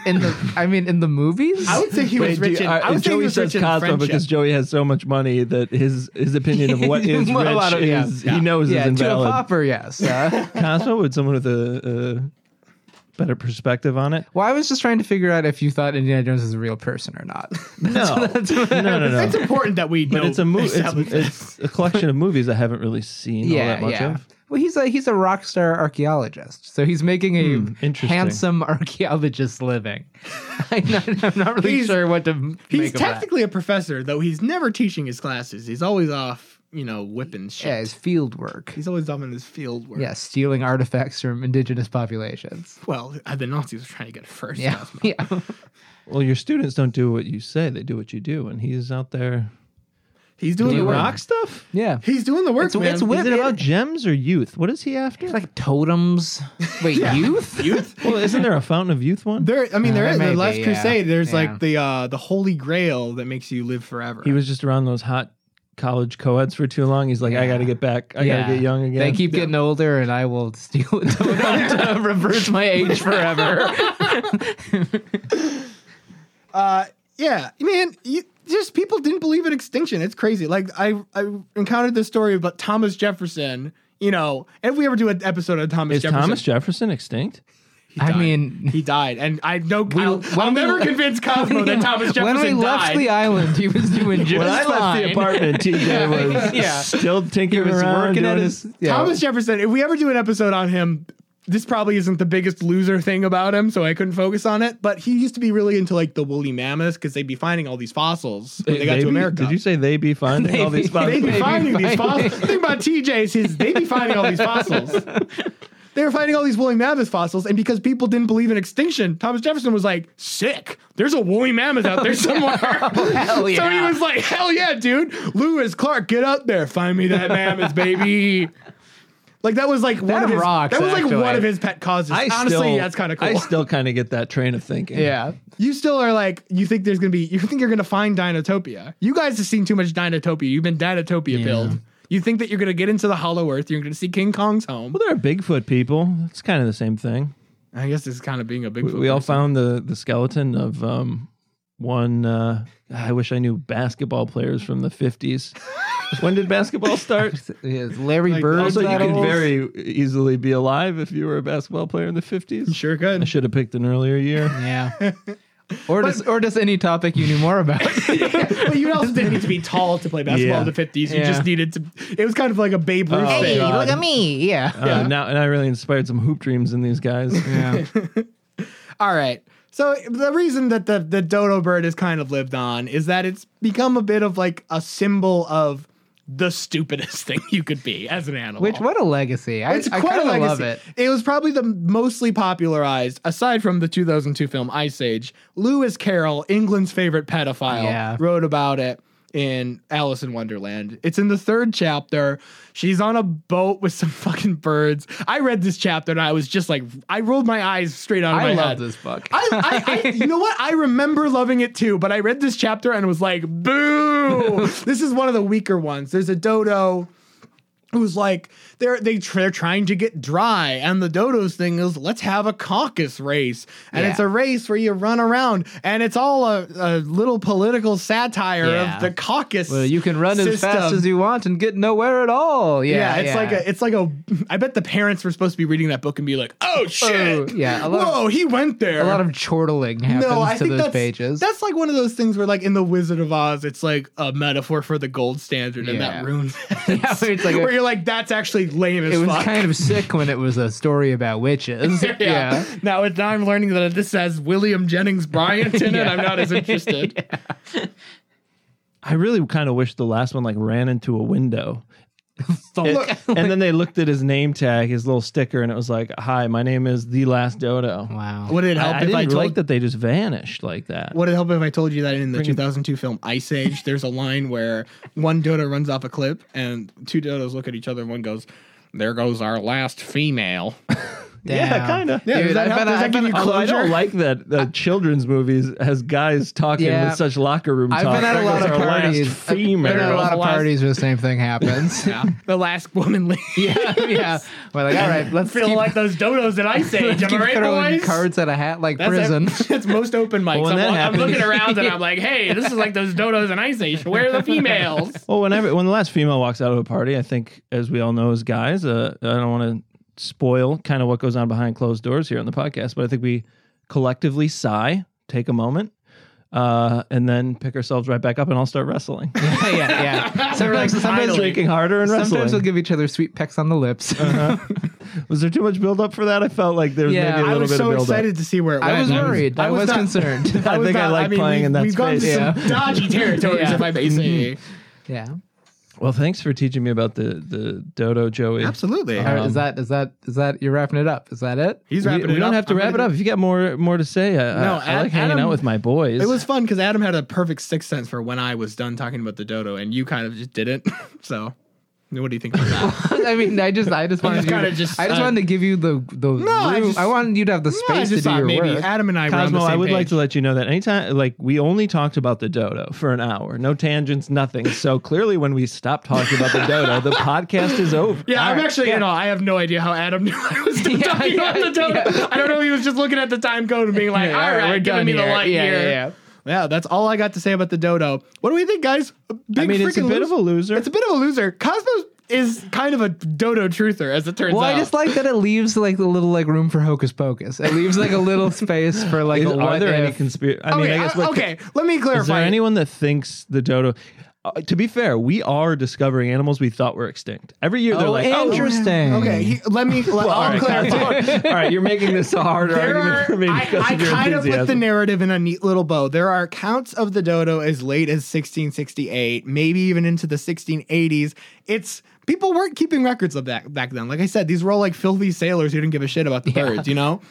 Speaker 2: In the, I mean, in the movies.
Speaker 3: I would say he was
Speaker 1: Wait, do
Speaker 3: rich
Speaker 1: you-
Speaker 3: in,
Speaker 1: uh,
Speaker 3: I would say he
Speaker 1: Joey
Speaker 3: was
Speaker 1: says
Speaker 3: rich in
Speaker 1: Cosmo
Speaker 3: friendship.
Speaker 1: because Joey has so much money that his his opinion of what is
Speaker 2: Well, a
Speaker 1: rich
Speaker 2: lot of- yeah.
Speaker 1: is
Speaker 3: Yeah.
Speaker 1: he knows
Speaker 2: yeah,
Speaker 1: is
Speaker 2: to a
Speaker 1: invalid.
Speaker 2: popper, yes. Uh,
Speaker 1: Cosmo would someone with a, a better perspective on it.
Speaker 2: well, I was just trying to figure out if you thought Indiana Jones is a real person or not.
Speaker 1: No, no, no, no.
Speaker 3: it's important that we know.
Speaker 1: but it's a movie.
Speaker 3: establish
Speaker 1: It's, it's a collection of movies I haven't really seen all that
Speaker 2: yeah,
Speaker 1: much
Speaker 2: yeah.
Speaker 1: of.
Speaker 2: Well, he's a he's a rock star archaeologist, so he's making a
Speaker 1: Hmm, interesting.
Speaker 2: handsome archaeologist living. I'm not, I'm not really
Speaker 3: He's-
Speaker 2: sure what to m-
Speaker 3: He's
Speaker 2: make of that.
Speaker 3: technically a professor, though he's never teaching his classes. He's always off, you know, whipping shit.
Speaker 2: yeah, his field work.
Speaker 3: He's always off in his field work.
Speaker 2: Yeah, stealing artifacts from indigenous populations.
Speaker 3: Well, uh, the Nazis were trying to get it first.
Speaker 2: Yeah,
Speaker 3: Cosmo.
Speaker 2: yeah.
Speaker 1: Well, your students don't do what you say; they do what you do, and he's out there.
Speaker 3: He's doing
Speaker 2: Yeah.
Speaker 3: the work.
Speaker 1: Rock stuff?
Speaker 2: yeah.
Speaker 3: He's doing the work, man.
Speaker 2: it's wi-
Speaker 1: Is it about gems or youth? What is he after?
Speaker 2: Like totems. Wait, youth?
Speaker 3: Youth.
Speaker 1: well, isn't there a fountain of youth one?
Speaker 3: There, I mean, there
Speaker 2: there
Speaker 3: is the
Speaker 2: Uh, may be,
Speaker 3: Last
Speaker 2: yeah.
Speaker 3: Crusade. There's
Speaker 2: Yeah.
Speaker 3: like the uh, the Holy Grail that makes you live forever.
Speaker 1: He was just around those hot college co-eds for too long. He's like, I got to get back. I got to get young again.
Speaker 2: They keep getting older, and I will steal a totem to reverse my age forever.
Speaker 3: Uh, yeah, man. You, just people didn't believe in extinction. It's crazy. Like I, I encountered this story about Thomas Jefferson. You know, if we ever do an episode on Thomas
Speaker 1: Is
Speaker 3: Jefferson,
Speaker 1: Thomas Jefferson extinct?
Speaker 2: I
Speaker 3: died.
Speaker 2: mean,
Speaker 3: he died, and I know I'll,
Speaker 2: when
Speaker 3: I'll
Speaker 2: we-
Speaker 3: never convince Cosmo that Thomas Jefferson
Speaker 2: when we
Speaker 3: died.
Speaker 2: left the island, he was doing just
Speaker 1: When I left the
Speaker 2: fine.
Speaker 1: apartment, TJ was
Speaker 2: Yeah.
Speaker 1: still
Speaker 2: He
Speaker 1: tinkering
Speaker 2: was
Speaker 1: around.
Speaker 2: working at
Speaker 1: doing
Speaker 2: his. yeah.
Speaker 3: Thomas Jefferson. If we ever do an episode on him, this probably isn't the biggest loser thing about him, so I couldn't focus on it. But he used to be really into like the woolly mammoths because they'd be finding all these fossils when they got
Speaker 1: They
Speaker 3: to
Speaker 1: be-
Speaker 3: America.
Speaker 1: Did you say they be finding all
Speaker 2: They
Speaker 1: these fossils?
Speaker 2: be-
Speaker 3: They'd be
Speaker 2: They'd be
Speaker 3: finding these
Speaker 2: finding-
Speaker 3: fossils. The thing about TJ's is they'd be finding all these fossils. They were finding all these woolly mammoth fossils, and because people didn't believe in extinction, Thomas Jefferson was like, "Sick, there's a woolly mammoth out there somewhere."
Speaker 2: Hell
Speaker 3: So he
Speaker 2: yeah.
Speaker 3: was like, hell yeah, dude. Lewis Clark, get up there. Find me that mammoth, baby. Like that was like one
Speaker 2: That
Speaker 3: of his,
Speaker 2: rocks,
Speaker 3: that was like
Speaker 2: actually.
Speaker 3: one of his pet causes.
Speaker 1: I
Speaker 3: Honestly,
Speaker 1: still-
Speaker 3: that's kind of cool.
Speaker 1: I still kind of get that train of thinking.
Speaker 2: Yeah.
Speaker 3: you still are like you think there's gonna be you think you're gonna find Dinotopia. You guys have seen too much Dinotopia. You've been Dinotopia build. You think that you're gonna get into the Hollow Earth. You're gonna see King Kong's home.
Speaker 1: Well, there are Bigfoot people. It's kind of the same thing.
Speaker 3: I guess it's kind of being a big.
Speaker 1: We, we all found the the skeleton of um one. Uh, I wish I knew basketball players from the fifties. when did basketball start?
Speaker 2: Yeah, Larry
Speaker 3: Like,
Speaker 2: Bird.
Speaker 1: also, you could
Speaker 3: battles.
Speaker 1: very easily be alive if you were a basketball player in the fifties.
Speaker 3: Sure
Speaker 1: I
Speaker 3: could.
Speaker 1: should have picked an earlier year.
Speaker 2: yeah. Or just or just any topic you knew more about.
Speaker 3: but you also didn't need to be tall to play basketball
Speaker 1: Yeah.
Speaker 3: in the 50s. You
Speaker 2: Yeah.
Speaker 3: just needed to. It was kind of like a Babe Ruth
Speaker 1: Oh,
Speaker 3: thing.
Speaker 1: God.
Speaker 2: me. Yeah.
Speaker 1: Uh, now, and I really inspired some hoop dreams in these guys.
Speaker 2: Oh, Yeah.
Speaker 3: All right. So the reason that the, the dodo bird has kind of lived on is that it's become a bit of like a symbol of the stupidest thing you could be as an animal.
Speaker 2: Which what a legacy. I, I kind of love it.
Speaker 3: legacy. was probably the mostly popularized, aside from the 2002 film Ice Age. Lewis Carroll, England's favorite pedophile,
Speaker 2: Yeah.
Speaker 3: wrote about it in Alice in Wonderland. It's in the third chapter. She's on a boat with some fucking birds. I read this chapter and I was just like, I rolled my eyes straight out of Oh my
Speaker 2: I love
Speaker 3: head.
Speaker 2: this book.
Speaker 3: I, I, I, you know what? I remember loving it too, but I read this chapter and was like, boo. this is one of the weaker ones. There's a dodo who's like, they're, they tr- they're trying to get dry. And the dodo's thing is, let's have a caucus race. And
Speaker 2: Yeah.
Speaker 3: it's a race where you run around and it's all a, a little political satire
Speaker 2: Yeah.
Speaker 3: of the caucus.
Speaker 2: Well, you can run as fast
Speaker 3: system.
Speaker 2: as you want and get nowhere at all.
Speaker 3: yeah,
Speaker 2: Yeah,
Speaker 3: it's like a, it's like a. I bet the parents were supposed to be reading that book and be like, "Oh shit,
Speaker 2: yeah, a lot of-
Speaker 3: whoa, he went there."
Speaker 2: a lot of chortling happens to those
Speaker 3: that's,
Speaker 2: pages.
Speaker 3: That's like one of those things where, like in the Wizard of Oz, it's like a metaphor for the gold standard, and
Speaker 2: Yeah.
Speaker 3: that ruins. It.
Speaker 2: Yeah, where it's like a-
Speaker 3: where you're like, that's actually lame as
Speaker 2: it was
Speaker 3: fuck.
Speaker 2: kind of sick when it was a story about witches. yeah.
Speaker 3: Now, it's, now I'm learning that this has William Jennings Bryant in it. I'm not as interested.
Speaker 1: I really kind of wish the last one like ran into a window.
Speaker 2: Thunk.
Speaker 1: and then they looked at his name tag, his little sticker, and it was like, "Hi, my name is the Last Dodo."
Speaker 2: Wow.
Speaker 3: Would it
Speaker 1: I,
Speaker 3: help
Speaker 1: I
Speaker 3: if
Speaker 1: didn't
Speaker 3: I told?
Speaker 1: like that they just vanished like that.
Speaker 3: Would it help if I told you that in the 2002 film Ice Age, there's a line where one dodo runs off a cliff and two dodos look at each other and one goes, "There goes our last female."
Speaker 1: Yeah,
Speaker 2: Damn.
Speaker 1: kind of.
Speaker 3: Yeah,
Speaker 2: Dude,
Speaker 3: does that,
Speaker 2: I
Speaker 3: help?
Speaker 2: bet I-
Speaker 3: Does that
Speaker 2: I
Speaker 3: give
Speaker 2: bet
Speaker 3: you
Speaker 1: Although I
Speaker 3: closure?
Speaker 1: don't like that uh, children's movies has guys talking
Speaker 2: Yeah.
Speaker 1: with such locker room
Speaker 2: I've
Speaker 1: talk.
Speaker 2: been at a
Speaker 1: There
Speaker 2: lot
Speaker 1: goes
Speaker 2: of
Speaker 1: our last
Speaker 2: parties. I've been
Speaker 1: female.
Speaker 2: at a lot of
Speaker 3: Last-
Speaker 2: parties where the same thing happens. yeah.
Speaker 3: the last woman leaves.
Speaker 2: yeah. We're like, all right, let's
Speaker 3: feel
Speaker 2: keep,
Speaker 3: like those dodos at Ice Age.
Speaker 2: keep
Speaker 3: Am I right,
Speaker 2: throwing
Speaker 3: boys?
Speaker 2: cards at a hat like
Speaker 3: That's
Speaker 2: prison.
Speaker 3: That's most open mics.
Speaker 1: when
Speaker 3: I'm,
Speaker 1: that
Speaker 3: I'm
Speaker 1: happens-
Speaker 3: looking around and I'm like, hey, this is like those dodos in Ice Age. Where are the females?
Speaker 1: Well, whenever when the last female walks out of a party, I think, as we all know as guys, uh, I don't want to spoil kind of what goes on behind closed doors here on the podcast, but I think we collectively sigh, take a moment, uh, and then pick ourselves right back up, and all start wrestling,
Speaker 2: yeah, yeah. Sometimes, sometimes,
Speaker 1: drinking harder and wrestling.
Speaker 2: sometimes we'll give each other sweet pecks on the lips.
Speaker 3: Uh-huh.
Speaker 1: was there too much build up for that? I felt like there was
Speaker 2: Yeah,
Speaker 1: maybe a
Speaker 2: I
Speaker 1: little bit of build
Speaker 3: to see where it
Speaker 2: I was worried. I was,
Speaker 3: not-
Speaker 2: concerned.
Speaker 1: I think I like playing in that
Speaker 3: we've We've
Speaker 1: space.
Speaker 3: gone to some dodgy territories,
Speaker 2: Yeah. Mm-hmm.
Speaker 3: if I may say.
Speaker 2: yeah.
Speaker 1: up. Well, thanks for teaching me about the the dodo, Joey. Um,
Speaker 3: Absolutely.
Speaker 2: All right, is that is that is that you're wrapping it up? Is that it?
Speaker 3: He's
Speaker 1: We,
Speaker 3: wrapping
Speaker 1: we
Speaker 3: it
Speaker 1: don't
Speaker 3: up.
Speaker 1: have to
Speaker 3: I'm
Speaker 1: wrap it
Speaker 3: gonna-
Speaker 1: up. If you got more more to say, I,
Speaker 3: No,
Speaker 1: I, I
Speaker 3: Ad-
Speaker 1: like hanging
Speaker 3: Adam-
Speaker 1: out with my boys.
Speaker 3: It was fun because Adam had a perfect sixth sense for when I was done talking about the dodo, and you kind of just didn't. so, what do you think about that?
Speaker 2: I mean, I just I just wanted
Speaker 3: just
Speaker 2: you
Speaker 3: kinda
Speaker 2: to,
Speaker 3: just,
Speaker 2: I just
Speaker 3: uh,
Speaker 2: wanted to give you the the room.
Speaker 3: I
Speaker 2: I,
Speaker 3: just-
Speaker 2: wanted you to have the
Speaker 3: No, I
Speaker 2: space
Speaker 3: just
Speaker 2: to do
Speaker 3: thought
Speaker 2: your
Speaker 3: maybe
Speaker 2: work.
Speaker 3: Adam and I were on
Speaker 1: Cosmo,
Speaker 3: the same
Speaker 1: I would
Speaker 3: page.
Speaker 1: like to let you know that anytime, like, we only talked about the dodo for an hour, no tangents, nothing. So clearly, when we stop talking about the dodo, the podcast is over.
Speaker 3: Yeah, I'm
Speaker 2: right,
Speaker 3: actually, you know, I have no idea how Adam knew I was done
Speaker 2: Yeah,
Speaker 3: talking about
Speaker 2: yeah,
Speaker 3: the dodo. I don't know. He was just looking at the time code and being like,
Speaker 2: Yeah,
Speaker 3: all right,
Speaker 2: we're
Speaker 3: we're
Speaker 2: done
Speaker 3: giving me the
Speaker 2: here.
Speaker 3: light
Speaker 2: Yeah,
Speaker 3: here.
Speaker 2: yeah, yeah.
Speaker 3: Yeah, that's all I got to say about the dodo. What do we think, guys? A big
Speaker 1: I mean, it's a
Speaker 3: freaking
Speaker 1: bit
Speaker 3: los-
Speaker 1: of a loser.
Speaker 3: It's a bit of a loser. Cosmo is kind of a dodo truther, as it turns
Speaker 2: Well,
Speaker 3: out.
Speaker 2: I just like that it leaves like the little like room for hocus pocus. It leaves like a little space for like.
Speaker 1: Is-
Speaker 2: a
Speaker 1: are
Speaker 2: what
Speaker 1: there any
Speaker 2: if.
Speaker 1: conspiracy? I mean,
Speaker 3: okay,
Speaker 1: I guess what,
Speaker 3: okay, let me clarify.
Speaker 1: Is there anyone that thinks the dodo? Uh, to be fair, we are discovering animals we thought were extinct every year. They're
Speaker 2: Oh,
Speaker 1: like,
Speaker 2: interesting.
Speaker 3: Okay, he, let me. Let,
Speaker 1: all
Speaker 3: I'll
Speaker 1: right,
Speaker 3: clarify.
Speaker 1: oh, all right, you're making this a harder
Speaker 3: There
Speaker 1: argument
Speaker 3: are,
Speaker 1: for me
Speaker 3: I,
Speaker 1: because
Speaker 3: I
Speaker 1: of your
Speaker 3: kind of put the
Speaker 1: enthusiasm.
Speaker 3: narrative in a neat little bow. There are accounts of the dodo as late as 1668, maybe even into the 1680s. It's people weren't keeping records of that back then. Like I said, these were all like filthy sailors who didn't give a shit about the birds, you know.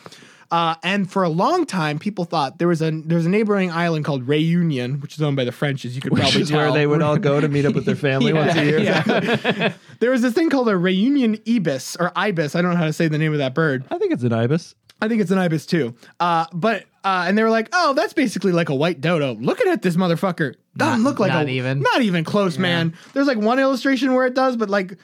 Speaker 3: Uh, and for a long time, people thought there was a there's a neighboring island called Reunion, which is owned by the French, as you could
Speaker 1: which
Speaker 3: probably
Speaker 1: is
Speaker 3: tell.
Speaker 1: where they would all go to meet up with their family once a year.
Speaker 3: there was this thing called a Reunion ibis or ibis. I don't know how to say the name of that bird.
Speaker 1: I think it's an ibis.
Speaker 3: I think it's an ibis too. Uh, but uh, and they were like, "Oh, that's basically like a white dodo." Looking at this motherfucker, doesn't
Speaker 2: Not-
Speaker 3: look like
Speaker 2: not
Speaker 3: a,
Speaker 2: even.
Speaker 3: not even close, man. There's like one illustration where it does, but like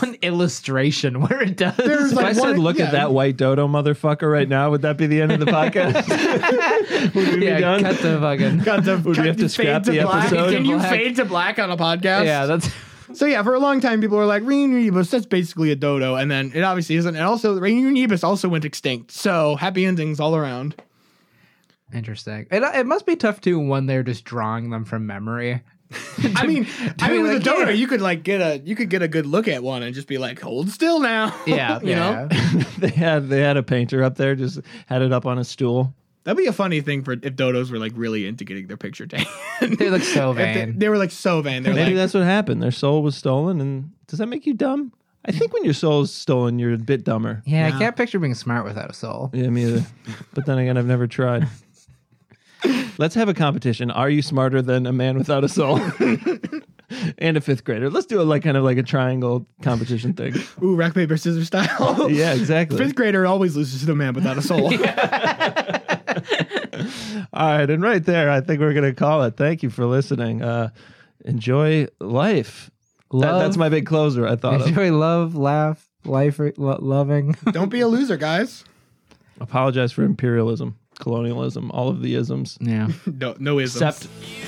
Speaker 2: one illustration where it does.
Speaker 3: There's
Speaker 1: If I
Speaker 3: like one-
Speaker 1: said, look
Speaker 3: yeah,
Speaker 1: at that white dodo motherfucker right now, would that be the end of the podcast? would we
Speaker 2: yeah,
Speaker 1: be done?
Speaker 2: cut the fucking.
Speaker 3: Cut the,
Speaker 1: would we have to
Speaker 3: fade
Speaker 1: scrap the
Speaker 3: black.
Speaker 1: episode?
Speaker 3: Can you
Speaker 2: Black.
Speaker 3: fade to black on a podcast?
Speaker 2: Yeah, that's
Speaker 3: So yeah, for a long time, people were like Rainier Unibus. That's basically a dodo, and then it obviously isn't. And also, Rainier Unibus also went extinct. So happy endings all around.
Speaker 2: interesting. It, it must be tough too when they're just drawing them from memory.
Speaker 3: I mean, I
Speaker 2: be
Speaker 3: mean, with
Speaker 2: like,
Speaker 3: a dodo,
Speaker 2: yeah.
Speaker 3: you could like get a you could get a good look at one and just be like, hold still now.
Speaker 2: Yeah,
Speaker 3: you know,
Speaker 2: yeah.
Speaker 1: they had they had a painter up there, just had it up on a stool.
Speaker 3: that'd be a funny thing for if dodos were like really into getting their picture taken.
Speaker 2: They look so
Speaker 3: If they-
Speaker 2: vain.
Speaker 3: They were like so vain. They're
Speaker 1: Maybe
Speaker 3: like,
Speaker 1: that's what happened. Their soul was stolen, and does that make you dumb? I think when your soul is stolen, you're a bit dumber.
Speaker 2: Yeah, I can't picture being smart without a soul.
Speaker 1: Yeah, me either. but then again, I've never tried. Let's have a competition. Are you smarter than a man without a soul? and a fifth grader. Let's do a like kind of like a triangle competition thing.
Speaker 3: ooh, rock paper scissors style.
Speaker 1: Yeah, exactly.
Speaker 3: Fifth grader always loses to the man without a soul.
Speaker 1: All right, and right there, I think we're gonna call it. Thank you for listening. Uh, enjoy life. That-
Speaker 2: Love.
Speaker 1: that's my big closer. I thought of.
Speaker 2: Enjoy love, laugh, life, lo- loving.
Speaker 3: Don't be a loser, guys.
Speaker 1: Apologize for imperialism, colonialism, all of the isms,
Speaker 2: Yeah.
Speaker 3: No, no isms.
Speaker 1: except